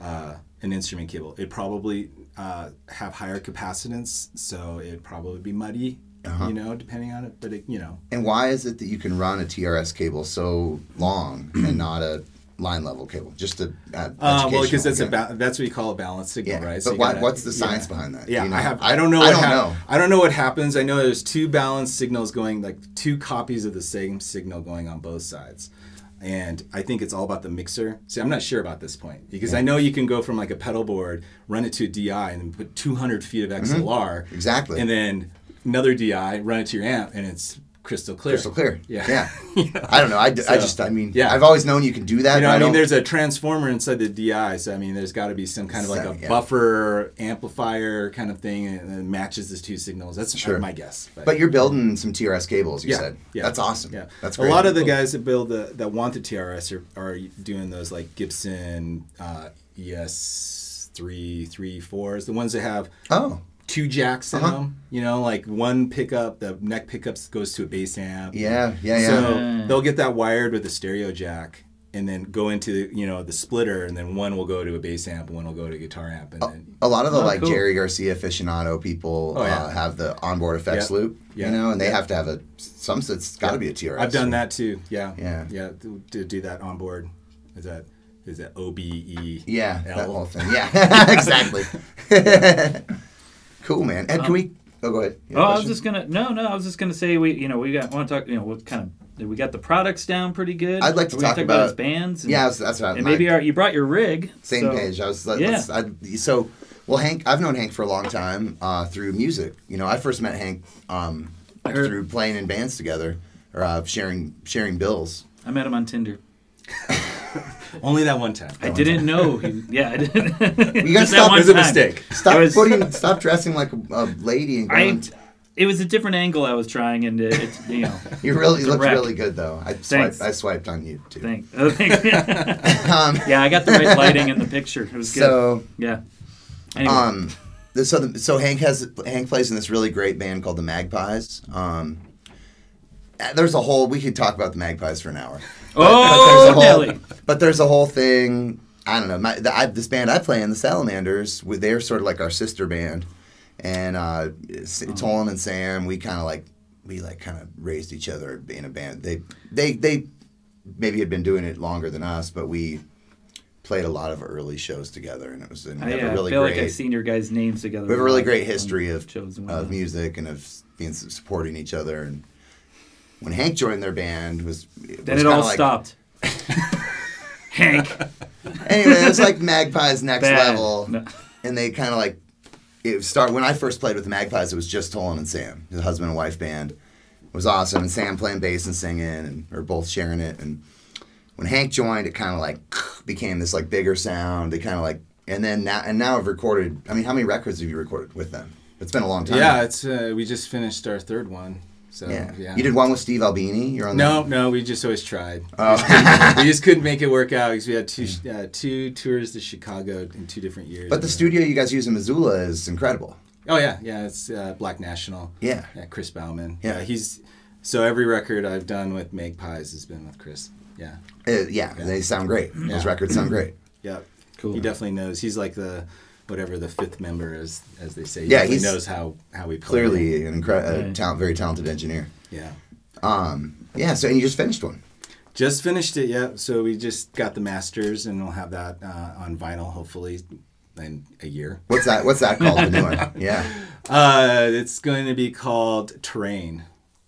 S3: uh, an instrument cable. It probably uh, have higher capacitance, so it'd probably be muddy,
S2: Uh-huh.
S3: you know, depending on it. But it, you know,
S2: And why is it that you can run a TRS cable so long and not a line level cable? Just a uh,
S3: Uh, well,
S2: educational,
S3: because that's
S2: yeah.
S3: a ba- that's what you call a balance signal,
S2: Yeah,
S3: right?
S2: but
S3: you
S2: why-
S3: gotta-
S2: what's the science
S3: yeah.
S2: behind that?
S3: Yeah,
S2: You know?
S3: I have. I don't know.
S2: I
S3: What
S2: don't
S3: hap-
S2: know.
S3: I don't know what happens. I know there's two balanced signals going, like two copies of the same signal going on both sides, and I think it's all about the mixer. See, I'm not sure about this point because I know you can go from like a pedal board, run it to a DI, and then put 200 feet of XLR,
S2: Mm-hmm. Exactly.
S3: and then another DI, run it to your amp, and it's crystal clear.
S2: crystal clear.
S3: Yeah.
S2: yeah. I don't know. I, d- I
S3: So,
S2: just I mean
S3: yeah.
S2: I've always known you can do that.
S3: You know,
S2: but
S3: I mean,
S2: don't-
S3: there's a transformer inside the DI, so I mean, there's got to be some kind of like a
S2: Some- yeah.
S3: buffer amplifier kind of thing, and it matches these two signals. That's
S2: Sure.
S3: my guess.
S2: But you're building some TRS cables. You
S3: yeah,
S2: said.
S3: yeah,
S2: That's awesome.
S3: Yeah,
S2: That's
S3: a
S2: great.
S3: lot of the guys that build the that want the TRS are, are doing those like Gibson uh, ES three three fours, the ones that have
S2: Oh.
S3: two jacks in
S2: Uh-huh.
S3: them. You know, like one pickup, the neck pickups goes to a bass amp.
S2: Yeah. Yeah. Yeah.
S3: So
S1: Yeah.
S3: they'll get that wired with a stereo jack and then go into you know the splitter and then one will go to a bass amp and one will go to a guitar amp
S2: Oh,
S3: and then
S2: A lot of the like
S1: cool.
S2: Jerry Garcia aficionado people
S3: Oh, yeah.
S2: uh, have the onboard effects
S3: Yeah.
S2: loop,
S3: Yeah.
S2: you know, and they have to have a some. It's got to be a TRS.
S3: I've done that too. Yeah.
S2: Yeah.
S3: Yeah, to, to do that on board. Is that is that O B E
S2: Yeah, that
S3: L?
S2: whole thing. Yeah, exactly. cool, man. Ed, can we? Oh, go ahead. You
S1: Um, Oh,
S2: have a
S1: I was
S2: question?
S1: just gonna no, no. I was just gonna say we, you know, we got want to talk. You know, what kind of we got the products down pretty good.
S2: I'd like to
S1: Are we gonna
S2: talk
S1: about,
S2: about-
S1: his bands. And,
S2: Yeah, that's, that's right.
S1: and maybe
S2: my-
S1: our, you brought your rig.
S2: same
S1: so-
S2: page. I was like,
S1: Yeah.
S2: let's- I, so, well, Hank, I've known Hank for a long time uh, through music. You know, I first met Hank um,
S1: heard-
S2: through playing in bands together or uh, sharing sharing bills.
S1: I met him on Tinder.
S3: Only that one time.
S1: I didn't know. He, yeah, I didn't.
S2: You
S1: Just that
S2: stop-
S1: one
S2: there's
S3: a
S1: time.
S3: mistake.
S2: Stop
S1: It was-
S2: putting, stop dressing like a, a lady and going.
S1: I. It was a different angle I was trying, and it, it's you know.
S2: You really looked
S1: Direct.
S2: really good though. I
S1: Thanks.
S2: swiped, I swiped on you too.
S1: Thanks. Oh, thanks. yeah, I got the right lighting in the picture. It was good.
S2: Um, So
S1: yeah. Anyway,
S2: um, the- so the, so Hank has Hank plays in this really great band called the Magpies. Um, uh, there's a whole we could talk about the Magpies for an hour.
S1: oh,
S2: but there's a
S1: Nelly.
S2: whole, but there's a whole thing. I don't know. My, the, I, this band I play in, the Salamanders, we, they're sort of like our sister band, and uh, S-
S1: Oh.
S2: Tolan and Sam, we kind of like we like kind of raised each other in a band. They they they maybe had been doing it longer than us, but we played a lot of early shows together, and it was and we
S1: I,
S2: have
S1: Oh, yeah,
S2: a really
S1: I feel
S2: great.
S1: like I've seen your guys' names together.
S2: we have a really great history of
S1: shows and
S2: of
S1: whatnot.
S2: music and of being supporting each other and. When Hank joined their band, was
S1: Then it all
S2: like,
S1: stopped. Hank.
S2: anyway, it was like Magpies next
S1: Bad.
S2: level,
S1: No.
S2: and they kind of like it start when I first played with the Magpies. It was just Tolan and Sam, the husband and wife band. It was awesome, and Sam playing bass and singing, and or both sharing it. And when Hank joined, it kind of like became this like bigger sound. They kind of like, and then now and now I've recorded. I mean, how many records have you recorded with them? It's been a long time.
S3: Yeah, it's uh, we just finished our third one. So
S2: yeah.
S3: yeah.
S2: You did one with Steve Albini. You're on
S3: No,
S2: the,
S3: no, we just always tried.
S2: Oh.
S3: We, just couldn't- we just couldn't make it work out because we had two sh- uh, two tours to Chicago in two different years.
S2: Mm. but the studio you guys use in Missoula is incredible.
S3: Oh yeah, yeah, it's uh, Black National.
S2: Yeah.
S3: Yeah, Chris Bauman.
S2: Yeah.
S3: Yeah. he's so every record I've done with Magpies has been with Chris. Yeah,
S2: Uh, yeah, they sound great. Those
S3: Yeah.
S2: records sound great.
S3: yeah,
S1: Cool.
S3: He definitely knows. He's like the whatever the fifth member is, as they say. He
S2: Yeah,
S3: definitely
S2: he's-
S3: knows how how we play.
S2: clearly an incre- a
S1: Right.
S2: talent, very talented engineer.
S3: Yeah,
S2: Um, yeah, so and you just finished one.
S3: just finished it. Yeah, so we just got the masters, and we'll have that uh, on vinyl hopefully in a year.
S2: What's that? What's that called? The new one? Yeah,
S3: Uh, it's going to be called Terrain.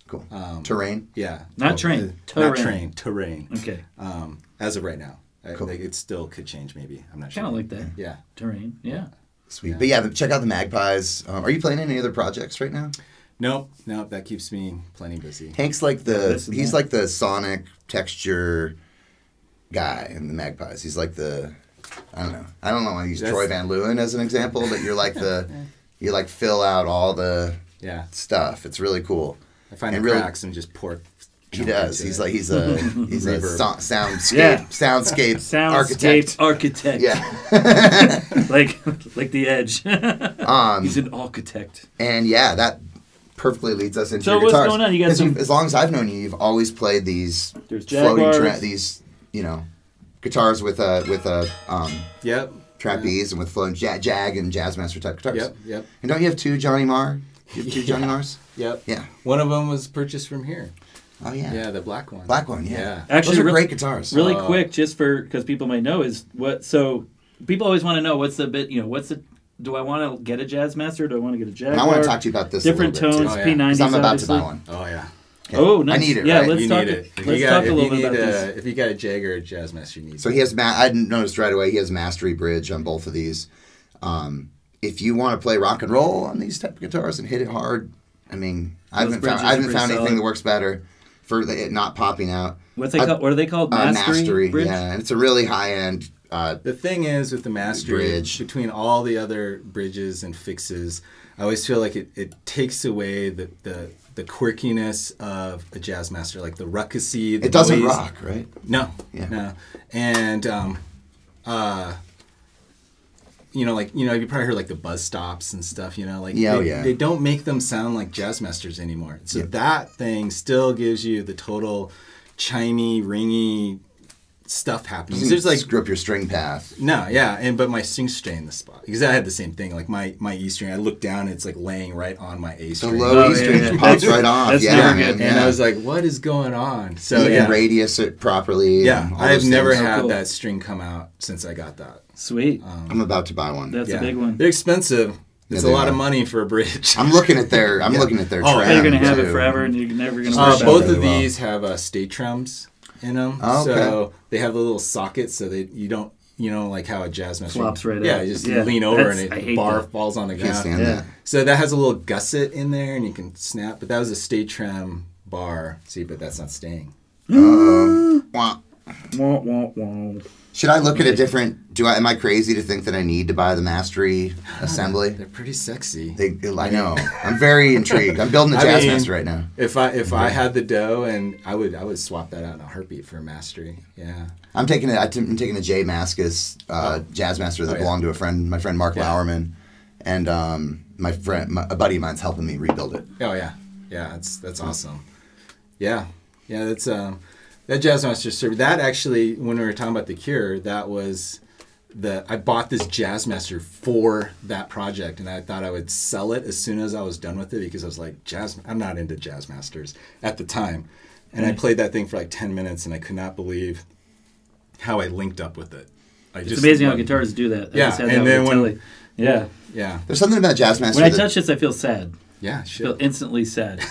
S2: cool.
S3: Um,
S2: Terrain.
S3: Yeah,
S1: Not train.
S3: Terrain. Not
S1: Terrain.
S3: Train. Terrain.
S1: Okay.
S3: um, as of right now. I,
S2: Cool.
S3: like, it still could change, maybe. I'm not sure.
S1: Kind of like that.
S3: Yeah.
S1: Terrain. Yeah.
S2: Sweet. But yeah, the, check out the Magpies. Um, are you playing any other projects right now?
S3: Nope. Nope. That keeps me plenty busy.
S2: Hank's like the
S1: this and
S2: he's
S1: that.
S2: like the sonic texture guy in the Magpies. He's like the I don't know. I don't know why I use
S3: That's-
S2: Troy Van Leeuwen as an example, but you're like the you like fill out all the
S3: Yeah.
S2: stuff. It's really cool.
S3: I find
S2: And
S3: the
S2: really-
S3: cracks and just pour.
S2: He does. He's like he's a he's a
S3: Reverb.
S2: so- soundscape
S1: Yeah.
S2: soundscape
S1: Soundscape
S2: architect.
S1: architect. architect.
S2: Yeah.
S1: like like the edge.
S2: um,
S1: He's an architect.
S2: and yeah, that perfectly leads us into
S1: So
S2: your
S1: what's
S2: guitars.
S1: going on? You got
S2: 'Cause
S1: some-
S2: you've- as long as I've known you, you've always played these
S1: There's
S2: floating tra-
S1: Jaguars.
S2: these you know guitars with a with a um,
S3: Yep.
S2: trapeze and with floating ja- jag and jazzmaster type guitars.
S3: Yep. Yep.
S2: And don't you have two Johnny Marr? You have two Johnny Mars?
S3: Yep.
S2: Yeah.
S3: One of them was purchased from here.
S2: Oh yeah.
S3: Yeah, the black one.
S2: Black one. Yeah.
S3: Yeah.
S1: Actually,
S2: Those are
S1: real-
S2: great guitars.
S1: Really
S3: Uh,
S1: quick, just for because people might know is what. So people always want to know what's the bit. You know, what's the. Do I want to get a jazz master? Do I want to get a jaguar?
S2: And I want to talk to you about this.
S1: different
S2: a little
S1: tones.
S3: Oh, yeah.
S1: P nineties.
S2: Because I'm about to buy one.
S3: Oh yeah.
S2: Okay.
S1: Oh, nice.
S2: I need it.
S1: Yeah,
S2: right?
S1: let's
S3: you
S1: talk.
S3: need it. If
S1: Let's
S3: you
S1: talk
S3: got,
S1: a little
S3: if you
S1: bit
S3: need
S1: about
S3: a,
S1: this.
S3: if you got a Jagger or a Jazzmaster, you need.
S2: So he has ma- I didn't notice right away. He has mastery bridge on both of these. Um, if you want to play rock and roll on these type of guitars and hit it hard, I mean, I
S1: Those
S2: haven't found
S1: bridges are
S2: I haven't
S1: pretty
S2: found anything
S1: solid.
S2: that works better for the, it not popping out.
S1: What's they
S2: I-
S1: called? What are they called?
S2: Uh,
S1: Mastery. bridge?
S2: yeah, and it's a really high end. Uh,
S3: The thing is with the mastery
S2: Bridge.
S3: between all the other bridges and fixes, I always feel like it, it takes away the, the the quirkiness of a jazz master, like the ruckusy. The
S2: it doesn't
S3: noise.
S2: rock, right?
S3: No,
S2: Yeah.
S3: no, and um, uh, you know, like you know, you probably heard like the buzz stops and stuff. You know, like
S2: Yeah, oh,
S3: they,
S2: yeah.
S3: they don't make them sound like jazz masters anymore. So that thing still gives you the total chimey, ringy stuff happening.
S2: Doesn't
S3: There's like
S2: screw up your string path.
S3: no, yeah, and but my string stay in the spot because I had the same thing. Like my my E string, I looked down, it's like laying right on my A
S2: The
S3: string.
S2: low
S1: Oh,
S2: E
S1: yeah,
S2: string
S1: yeah.
S2: just pops right
S1: That's-
S2: off.
S1: that's
S2: Oh, yeah,
S1: never
S2: man,
S1: good.
S2: yeah.
S3: And I was like, "What is going on?" So
S2: you can
S3: yeah,
S2: radius it properly.
S3: yeah,
S2: and all
S3: I've
S2: those
S3: never
S2: things.
S3: had
S1: Oh, cool.
S3: that string come out since I got that.
S1: Sweet.
S2: I'm about to buy one.
S1: That's
S3: yeah.
S1: a big one.
S3: They're expensive. It's
S2: they
S3: a lot
S2: are.
S3: of money for a bridge.
S2: I'm looking at their. I'm looking at their.
S3: Oh,
S1: You're gonna
S2: trim,
S1: have it
S2: too.
S1: forever, and you're never gonna.
S3: Uh,
S1: worry
S3: both
S1: about
S2: really
S3: of
S2: well.
S3: these have uh, state trums in them,
S2: Oh, okay.
S3: so they have the little sockets, so they you don't you know like how a jazz master
S1: Flops right
S3: yeah,
S1: out.
S3: you just
S1: Yeah,
S3: lean over
S1: that's-
S3: and
S1: I
S3: it
S1: hate
S3: the bar
S1: that.
S3: falls on the ground.
S2: Can't stand
S1: Yeah.
S2: that.
S3: So that has a little gusset in there, and you can snap. But that was a state tram bar. See, but that's not staying.
S2: Wah.
S1: it. Wah, wah, wah.
S2: Should I look at a different? Do I? Am I crazy to think that I need to buy the mastery assembly?
S3: They're pretty sexy.
S2: They, I know. I'm very intrigued. I'm building a
S3: I
S2: jazz
S3: mean-
S2: master right now.
S3: If I if I had the dough, and I would I would swap that out in a heartbeat for mastery. Yeah.
S2: I'm taking a, I'm taking a J Maskus uh, jazz master that
S3: yeah.
S2: belonged to a friend, my friend Mark
S3: Yeah.
S2: Lauerman, and um, my friend, my, a buddy of mine's helping me rebuild it.
S3: Oh yeah. Yeah. That's that's awesome. Yeah. Yeah. That's um that jazz master server. That actually, when we were talking about the Cure, that was the I bought this jazz master for that project, and I thought I would sell it as soon as I was done with it because I was like, jazz. I'm not into jazz masters at the time, and
S1: Mm-hmm.
S3: I played that thing for like ten minutes, and I could not believe how I linked up with it. I
S1: It's amazing how guitars do that. I
S3: Yeah,
S1: just had
S3: and
S1: that
S3: then
S1: with
S3: when-
S1: Tilly. yeah.
S3: Yeah.
S2: There's something about jazz master.
S1: When I
S2: that-
S1: touch this, I feel sad.
S3: Yeah.
S1: I feel
S3: Shit.
S1: instantly sad.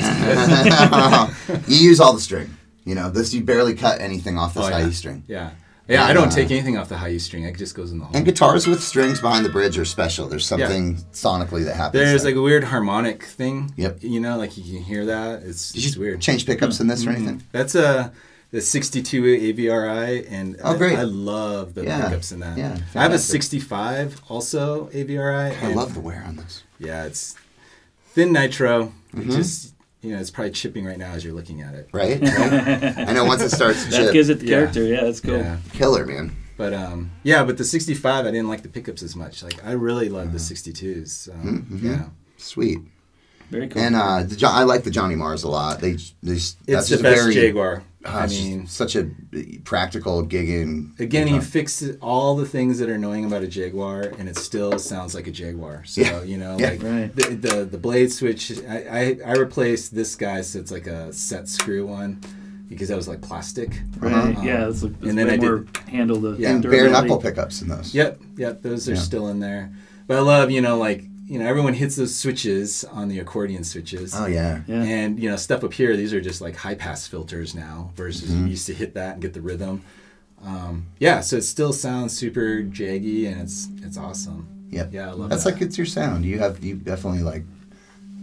S2: you use all the string. You know this. You barely cut anything off this
S3: Oh,
S2: high
S3: yeah.
S2: E string.
S3: Yeah. Yeah. I don't
S2: Yeah.
S3: take anything off the high E string. It just goes in the hole.
S2: And guitars with strings behind the bridge are special. There's something sonically that happens.
S3: There's
S2: there.
S3: like a weird harmonic thing.
S2: Yep.
S3: You know, like you can hear that. It's
S2: Did
S3: just
S2: you
S3: weird.
S2: change pickups in this
S1: Mm-hmm.
S2: or anything?
S3: That's a the 62 AVRI, and
S2: Oh, great.
S3: I, love the
S2: Yeah.
S3: pickups in that.
S2: Yeah,
S3: I have a
S2: fantastic.
S3: 65 also AVRI.
S2: I
S3: and-
S2: love the wear on this.
S3: Yeah, it's thin nitro.
S2: Mm-hmm.
S3: It just you know, it's probably chipping right now as you're looking at it.
S2: Right? Right? I know once it starts to
S1: that
S2: chip,
S1: gives it the
S3: Yeah.
S1: character. Yeah, that's cool.
S3: Yeah.
S2: killer, man.
S3: But um, yeah, but the 65, I didn't like the pickups as much. Like I really love
S2: Uh-huh.
S3: the 62s. So,
S2: Mm-hmm.
S3: Yeah.
S2: Sweet.
S1: Very cool.
S2: And uh, the, Jo- I like the Johnny Mars a lot. They, they it's
S3: It's the best Jaguar. I
S2: I
S3: mean,
S2: mean, uh, such a practical gigging.
S3: Again, he fixes all the things that are annoying about a Jaguar, and it still sounds like a Jaguar. So
S2: Yeah.
S3: you know,
S2: Yeah.
S3: like
S1: Right.
S3: the, the the blade switch. I, I I replaced this guy, so it's like a set screw one, because that was like plastic. Uh-huh.
S1: right. Yeah, that's, a, that's
S3: And then
S1: way
S3: I did-
S1: more uh, handle the
S3: Yeah.
S2: and uh-huh. bare
S1: durability.
S2: knuckle pickups in those.
S3: Yep, yep, those are
S2: Yeah.
S3: still in there. But I love you know like you know everyone hits those switches on the accordion switches.
S2: Oh yeah.
S1: Yeah.
S3: And you know stuff up here. These are just like high pass filters now versus you used to hit that and get the rhythm. Um, yeah, so it still sounds super jaggy and it's it's awesome.
S2: Yep.
S3: Yeah, I love
S2: That's
S3: that.
S2: like it's your sound. You have you definitely like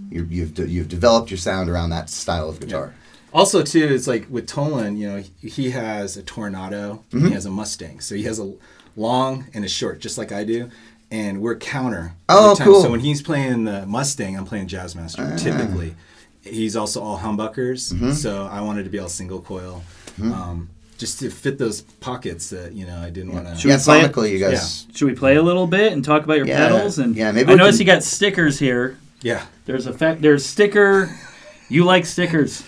S2: you you've de- you've developed your sound around that style of guitar.
S3: Also, too, it's like with Tolan, you know, he, he has a Tornado,
S2: Mm-hmm.
S3: he has a Mustang, so he has a long and a short, just like I do, and we're counter. all
S2: Oh,
S3: the time.
S2: cool. Ah.
S3: So when he's playing the Mustang, I'm playing Jazzmaster typically. He's also all humbuckers,
S2: Mm-hmm.
S3: so I wanted to be all single coil, um, just to fit those pockets that you know I didn't want to.
S1: we
S2: Yeah,
S1: play it?
S2: sonically, you guys.
S1: Should we play a little bit and talk about your
S2: Yeah,
S1: pedals? And
S2: yeah, maybe
S1: I
S2: we
S1: notice
S2: can-
S1: you got stickers here.
S3: Yeah,
S1: There's a fact. There's sticker. You like stickers.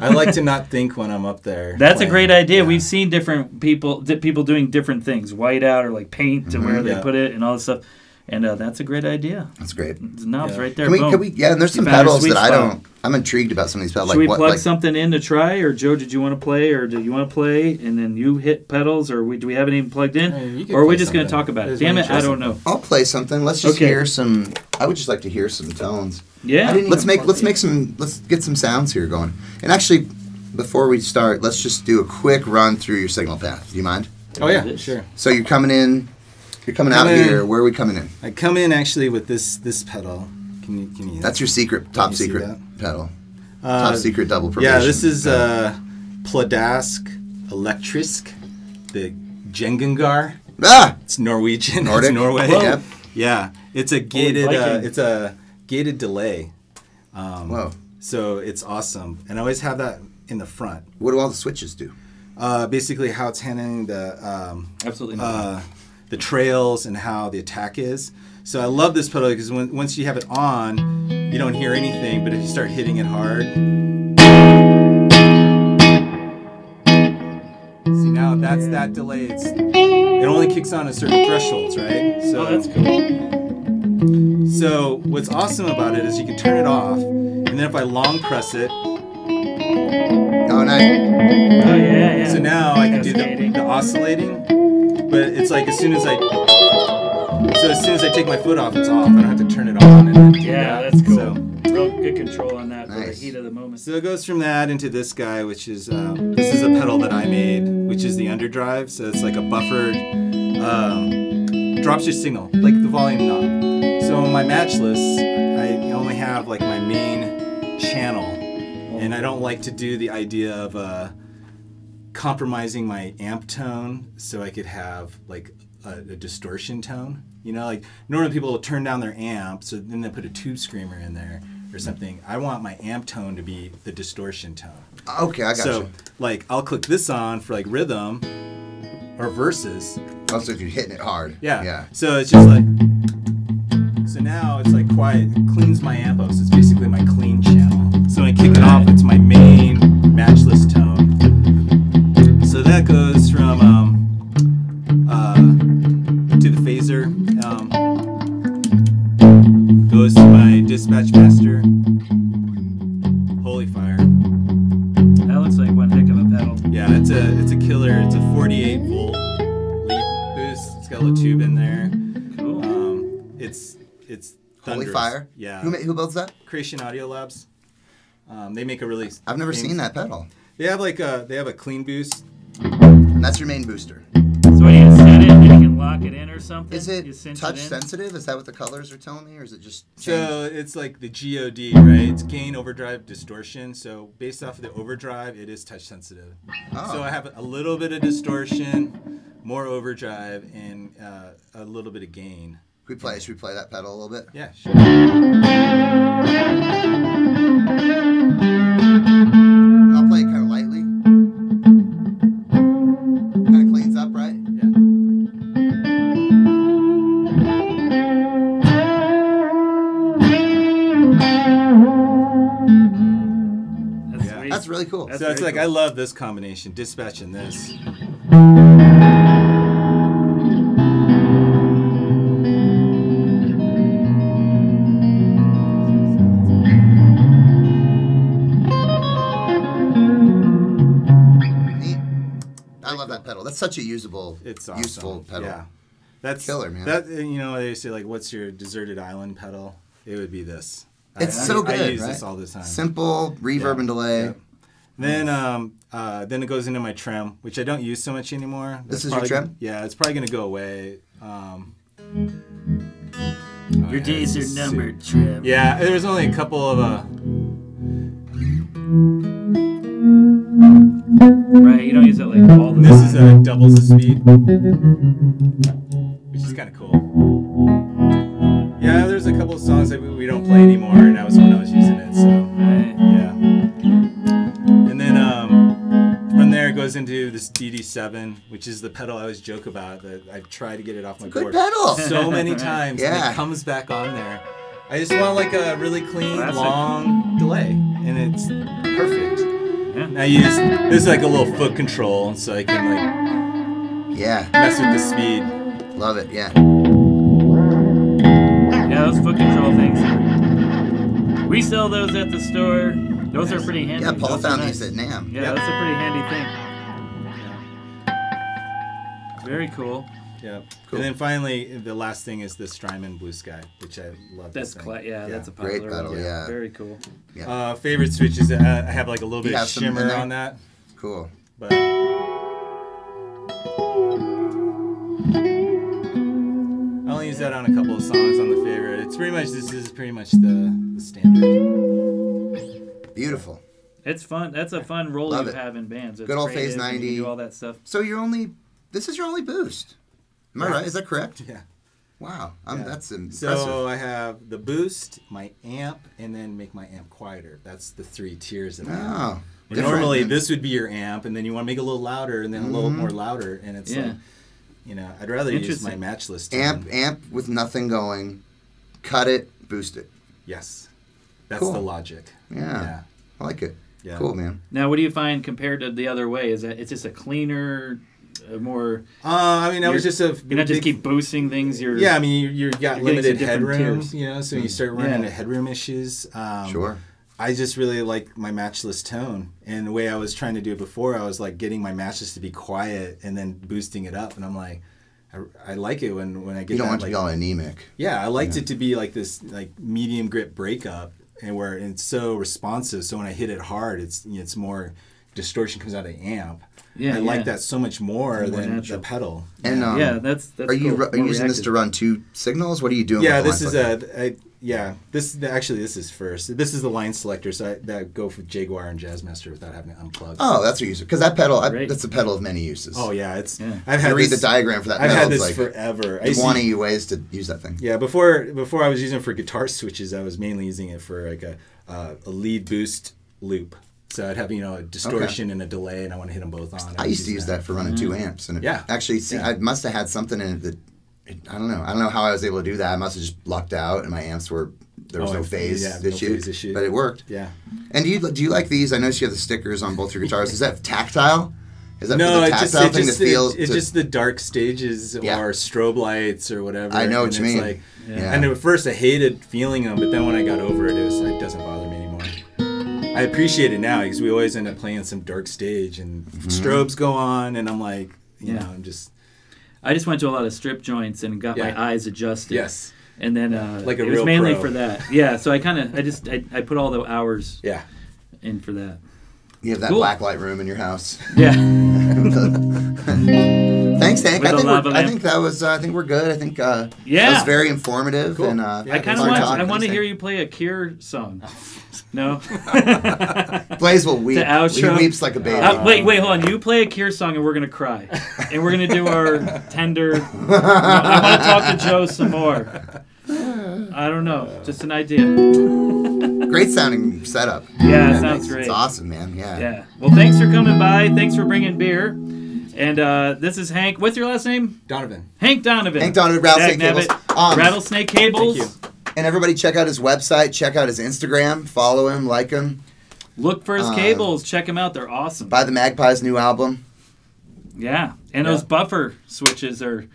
S3: I like to not think when I'm up there.
S1: That's a
S3: playing.
S1: great idea.
S3: Yeah.
S1: We've seen different people, di- people doing different things, whiteout or like paint to where they
S3: Mm-hmm. Yeah.
S1: put it and all this stuff. And uh, that's a great idea.
S2: That's great.
S1: It's knobs
S3: Yeah.
S1: right there.
S2: Can we?
S1: boom.
S2: Can we? Yeah, and there's
S1: You
S2: some
S1: found your
S2: pedals
S1: sweet
S2: that I
S1: spot.
S2: don't. I'm intrigued about some of these pedals.
S1: Should
S2: like
S1: we
S2: what?
S1: plug
S2: like,
S1: something in to try, or Joe? Did you want to play, or do you want to play, and then you hit pedals, or we, do we haven't even plugged in,
S3: Hey, you can
S1: or are we
S3: play
S1: just going to
S3: something.
S1: talk about
S3: I
S1: it?
S3: just
S1: Damn
S3: wanna
S1: it,
S3: try
S1: I don't
S3: something.
S1: know.
S2: I'll play something. Let's just
S1: Okay.
S2: hear some. I would just like to hear some tones.
S1: Yeah,
S4: I didn't-
S2: Let's make. Let's
S4: Yeah.
S2: make some. Let's get some sounds here going. And actually, before we start, let's just do a quick run through your signal path. Do you mind?
S3: Oh yeah, sure.
S2: So you're coming in. You're coming
S3: Come
S2: out
S3: in.
S2: here. Where are we coming in?
S3: I come in actually with this this pedal. Can you can you?
S2: That's your secret, top
S3: you see
S2: secret
S3: that?
S2: pedal.
S3: Uh,
S2: top secret double probation.
S3: Yeah, this is uh, Pladask Elektrisk, the Gengengar.
S2: ah.
S3: It's Norwegian.
S2: Nordic.
S3: It's Norway.
S2: Whoa. Yep.
S3: Yeah, it's a gated. Uh,
S1: Viking.
S3: it's a gated delay, Um,
S2: Whoa.
S3: so it's awesome. And I always have that in the front.
S2: What do all the switches do?
S3: Uh, basically, how it's handling the um,
S1: Absolutely not.
S3: uh, the trails and how the attack is. So I love this pedal because when, once you have it on, you don't hear anything. But if you start hitting it hard, see now that's that delay. It's, it only kicks on at certain thresholds, right? So
S1: oh, that's cool.
S3: so what's awesome about it is you can turn it off, and then if I long press it,
S2: Oh, nice.
S1: Oh yeah, yeah.
S3: so now I can do the,
S1: Cascading.
S3: the oscillating. But it's like as soon as I, so as soon as I take my foot off, it's off. I don't have to turn it on. And then do
S1: Yeah,
S3: that.
S1: that's cool.
S3: So,
S1: Real good control on that for the
S2: Nice.
S1: heat of the moment.
S3: so it goes from that into this guy, which is um, this is a pedal that I made, which is the underdrive. So it's like a buffered, um, drops your signal like the volume knob. So on my match list, I only have like my main channel, and I don't like to do the idea of. Uh, compromising my amp tone so I could have like a, a distortion tone. You know, like normally people will turn down their amp, so then they put a tube screamer in there or something. I want my amp tone to be the distortion tone.
S2: Okay, I got
S3: So,
S2: you.
S3: like, I'll click this on for like rhythm or verses.
S2: Also, if you're hitting it hard.
S3: Yeah.
S2: Yeah.
S3: So it's just like. So now it's like quiet, it cleans my amp up. So it's basically my clean channel. So when I kick it off, it's my main matchless tone. So that goes from um, uh, to the phaser, um, goes to my dispatch master, holy fire.
S1: That looks like one heck of a pedal.
S3: Yeah, it's a it's a killer. It's a 48 volt lead boost. It's got a little tube in there.
S1: Cool.
S3: Um, it's it's
S2: Holy
S3: thunderous.
S2: fire.
S3: Yeah,
S2: Who, ma- who builds that?
S3: Creation Audio Labs. Um, they make a really.
S2: I've never
S3: thing-
S2: seen that pedal.
S3: They have like a they have a clean boost.
S2: And that's your main booster.
S1: So you can set it, and you can lock it in or something.
S2: Is it
S1: You cinch
S2: touch
S1: in.
S2: sensitive? Is that what the colors are telling me, or is it just change?
S3: So it's like the God, right? It's gain, overdrive, distortion. So based off of the overdrive, it is touch sensitive.
S2: Oh.
S3: So I have a little bit of distortion, more overdrive, and uh, a little bit of gain.
S2: we play? Should we play that pedal a little bit?
S3: Yeah, sure.
S2: I'll play it kind of lightly. Kind of cleans up, right?
S3: Yeah.
S1: That's,
S3: Yeah.
S1: sweet.
S2: That's really cool.
S1: That's-
S3: So it's
S1: very
S3: like
S1: cool.
S3: I love this combination, dispatch and this.
S2: Neat. I love that pedal. That's such a usable,
S3: it's awesome.
S2: useful pedal.
S3: Yeah, that's
S2: Killer, man.
S3: That you know they say like, what's your deserted island pedal? It would be this. I-
S2: It's
S3: I,
S2: so good,
S3: I use
S2: right?
S3: this all the time.
S2: Simple reverb
S3: Yeah.
S2: and delay.
S3: Yeah. Then um uh, then it goes into my trem, which I don't use so much anymore.
S2: This
S3: That's
S2: is your
S3: probably-
S2: trem?
S3: Yeah, it's probably gonna go away. Um,
S1: Your
S3: yeah,
S1: days
S3: it's
S1: are
S3: a
S1: numbered, Trev.
S3: yeah, there was only a couple of uh.
S1: Right? You don't use it like all the
S3: This
S1: time.
S3: is uh, doubles the speed, which is kind of cool. Yeah, there's a couple of songs that we, we don't play anymore, and that was when I was using it. So
S1: Right.
S3: yeah, and then um, from there it goes into this DD7, which is the pedal I always joke about that I've tried to get it off my
S2: Good
S3: board
S2: pedal.
S3: so many times, and
S2: Yeah.
S3: it comes back on there. I just want like a really clean,
S1: Classic.
S3: long delay, and it's perfect.
S1: Yeah.
S3: And I use this is like a little foot control, so I can like
S2: Yeah,
S3: mess with the speed.
S2: love it. Yeah.
S1: Yeah, those foot control things. We sell those at the store. Those are pretty handy.
S2: Yeah, Paul
S1: Those are
S2: found
S1: nice.
S2: these at NAM.
S1: Yeah,
S3: Yep.
S1: that's a pretty handy thing. Yeah. Very cool.
S3: Yeah.
S2: Cool.
S3: And then finally, the last thing is the Strymon Blue Sky, which I love.
S1: That's
S3: this thing.
S1: cla- yeah, that's a
S2: Great
S1: popular
S2: pedal,
S1: one.
S2: yeah.
S1: Very cool.
S3: Uh, favorite switch is uh, I have like a little
S2: You
S3: bit of
S2: have some in
S3: shimmer
S2: there?
S3: on that,
S2: Cool.
S3: but I only use that on a couple of songs on the favorite. It's pretty much this is pretty much the, the standard.
S2: Beautiful.
S1: It's fun. That's a fun role
S2: Love
S1: you
S2: it.
S1: have in bands. It's
S2: Good old
S1: creative
S2: Phase
S1: and you can
S2: 90.
S1: Do all that stuff.
S2: So you're only this is your only boost. Am I
S3: Yeah.
S2: right? Is that correct?
S3: Yeah.
S2: Wow. Um,
S3: Yeah.
S2: That's impressive.
S3: So I have the boost, my amp, and then make my amp quieter. That's the three tiers of amp.
S2: wow.
S3: And
S2: Ah, Different.
S3: normally this would be your amp, and then you want to make it a little louder, and then a
S2: Mm-hmm.
S3: little more louder, and it's
S1: Yeah.
S3: like, you know, I'd rather use my
S1: Interesting.
S3: matchless tone.
S2: amp amp with nothing going, cut it, boost it.
S3: Yes, that's
S2: Cool.
S3: the logic.
S2: Yeah.
S3: Yeah.
S2: I like it.
S3: Yeah.
S2: Cool, man.
S1: Now, what do you find compared to the other way? Is that it's just a cleaner, a more
S3: Uh, I mean, that was
S1: You're-
S3: just a.
S1: you not just
S3: big-
S1: keep boosting things. You're
S3: Yeah, I mean, you, you got
S1: some
S3: limited
S1: different
S3: headroom,
S1: tiers. Mm-hmm.
S3: you know, so you start running
S1: Yeah.
S3: into headroom issues. Um,
S2: Sure.
S3: I just really like my matchless tone. And the way I was trying to do it before, I was like getting my matchless to be quiet and then boosting it up. And I'm like, I, I like it when, when I get
S2: You don't
S3: that,
S2: want to
S3: like,
S2: be all anemic.
S3: Yeah, I liked it to be like this like medium grip breakup and where it's so responsive. So when I hit it hard, it's it's more distortion comes out of the amp.
S1: Yeah,
S3: I like
S1: yeah.
S3: that so much more
S1: More
S3: than
S1: natural.
S3: the pedal.
S2: And um,
S1: yeah. That's that's.
S2: are you
S1: cool.
S2: ru- are you
S1: More
S2: using this to
S1: reactive.
S2: run two signals? What are you doing?
S3: yeah,
S2: with the
S3: this
S2: line
S3: is
S2: selector?
S3: a I, yeah. This the- actually this is first. This is the line selector, so I, that I go for Jaguar and Jazzmaster without having to unplug.
S2: Oh, that's what you use because that pedal. I,
S1: Great.
S2: that's a pedal of many uses.
S3: Oh, yeah, it's
S1: Yeah.
S3: I've
S2: I
S3: had
S2: read
S3: this,
S2: the diagram for that.
S3: I've
S2: pedal.
S3: had this
S2: it's like
S3: forever. I used to-
S2: twenty ways to use that thing.
S3: Yeah, before before I was using it for guitar switches, I was mainly using it for like a uh, a lead boost loop. So I'd have you know a distortion and a delay, and I want to hit them both on.
S2: I used to use that for running two amps, and it
S3: Mm. Yeah.
S2: actually, see,
S3: Yeah.
S2: I must have had something in it that it, I don't know. I don't know how I was able to do that. I must have just lucked out, and my amps were there was
S3: Oh,
S2: no
S3: yeah,
S2: phase
S3: no
S2: issue,
S3: phase issue.
S2: but it worked.
S3: Yeah.
S2: And do you do you like these? I noticed you have the stickers on both your guitars. Is that tactile? Is that
S3: No,
S2: for the
S3: it
S2: tactile
S3: just it
S2: thing
S3: just
S2: to feel?
S3: it, it's
S2: to-
S3: just the dark stages
S2: Yeah.
S3: or strobe lights or whatever.
S2: I know what
S3: and
S2: you
S3: it's
S2: mean.
S3: Like,
S2: Yeah.
S3: And at first I hated feeling them, but then when I got over it, it was like doesn't bother me anymore. I appreciate it now because we always end up playing some dark stage and
S2: Mm-hmm.
S3: strobes go on, and I'm like, you
S1: Yeah.
S3: know, I'm just
S1: I just went to a lot of strip joints and got
S3: Yeah.
S1: my eyes adjusted.
S3: yes,
S1: And then uh,
S3: Like a
S1: it was
S3: real
S1: mainly
S3: pro.
S1: for that. Yeah. So I kind of I just I, I put all the hours
S3: yeah.
S1: in for that.
S2: you have that
S1: Cool.
S2: black light room in your house.
S1: Yeah.
S2: Thanks, Hank.
S1: With
S2: I
S1: a
S2: think, we're,
S1: lava
S2: I
S1: lamp.
S2: think that was. Uh, I think we're good. I think uh,
S1: Yeah.
S2: that was very informative.
S3: Cool.
S2: And uh,
S3: Yeah,
S1: I kind of
S2: fun
S1: want
S2: talk.
S1: I want to
S2: Thanks,
S1: hear
S2: Hank.
S1: you play a Cure song. No.
S2: Blaze will weep.
S1: The outro.
S2: He weeps like a baby.
S1: Uh, wait, wait, hold on. You play a Cure song and we're gonna cry, and we're gonna do our tender. No, I want to talk to Joe some more. I don't know, just an idea.
S2: Great sounding setup.
S1: Yeah, it sounds great.
S2: It's awesome, man. Yeah.
S1: Yeah. Well, thanks for coming by. Thanks for bringing beer. And uh, this is Hank. What's your last name?
S3: Donovan.
S1: Hank Donovan.
S2: Hank Donovan, Rattlesnake
S1: Dagnabbit.
S2: Cables. Um,
S1: Rattlesnake Cables.
S3: Thank
S2: And everybody, check out his website. Check out his Instagram. Follow him. Like him.
S1: Look for his
S2: Um,
S1: cables. Check them out. They're awesome.
S2: Buy the Magpies' new album.
S1: Yeah. And those
S3: Yeah.
S1: buffer switches are.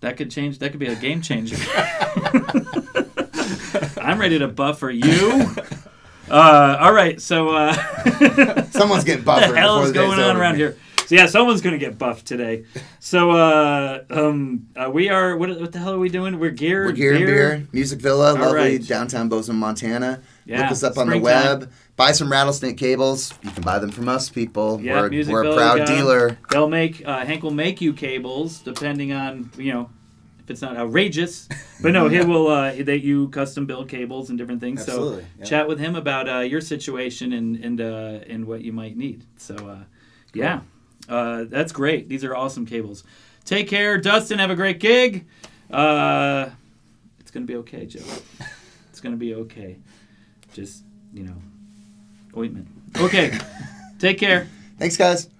S1: That could change. That could be a game changer. I'm ready to buffer you. Uh, all right. So, uh,
S2: Someone's getting
S1: what
S2: buffered.
S1: the hell
S2: before
S1: is
S2: the day's
S1: going on
S2: over.
S1: around here? So, yeah, someone's going to get buffed today. So, uh, um, uh, we are. What, what the hell are we doing? We're geared.
S2: We're Gear and Beer, Music Villa, lovely
S1: right.
S2: downtown Bozeman, Montana.
S1: Yeah,
S2: Look us up on the
S1: springtime.
S2: web. Buy some rattlesnake cables. You can buy them from us, people.
S1: Yeah,
S2: we're
S1: Music
S2: we're a
S1: Villa,
S2: proud
S1: got 'em.
S2: dealer.
S1: They'll make uh, Hank will make you cables depending on you know if it's not outrageous. But no, he will uh, that you custom build cables and different things.
S3: Absolutely,
S1: so
S3: yeah.
S1: chat with him about uh, your situation and and uh, and what you might need. So uh, yeah, uh, that's great. These are awesome cables. Take care, Dustin. Have a great gig. Uh, it's gonna be okay, Joe. It's gonna be okay. Just you know, ointment. Okay. Take care.
S2: Thanks, guys.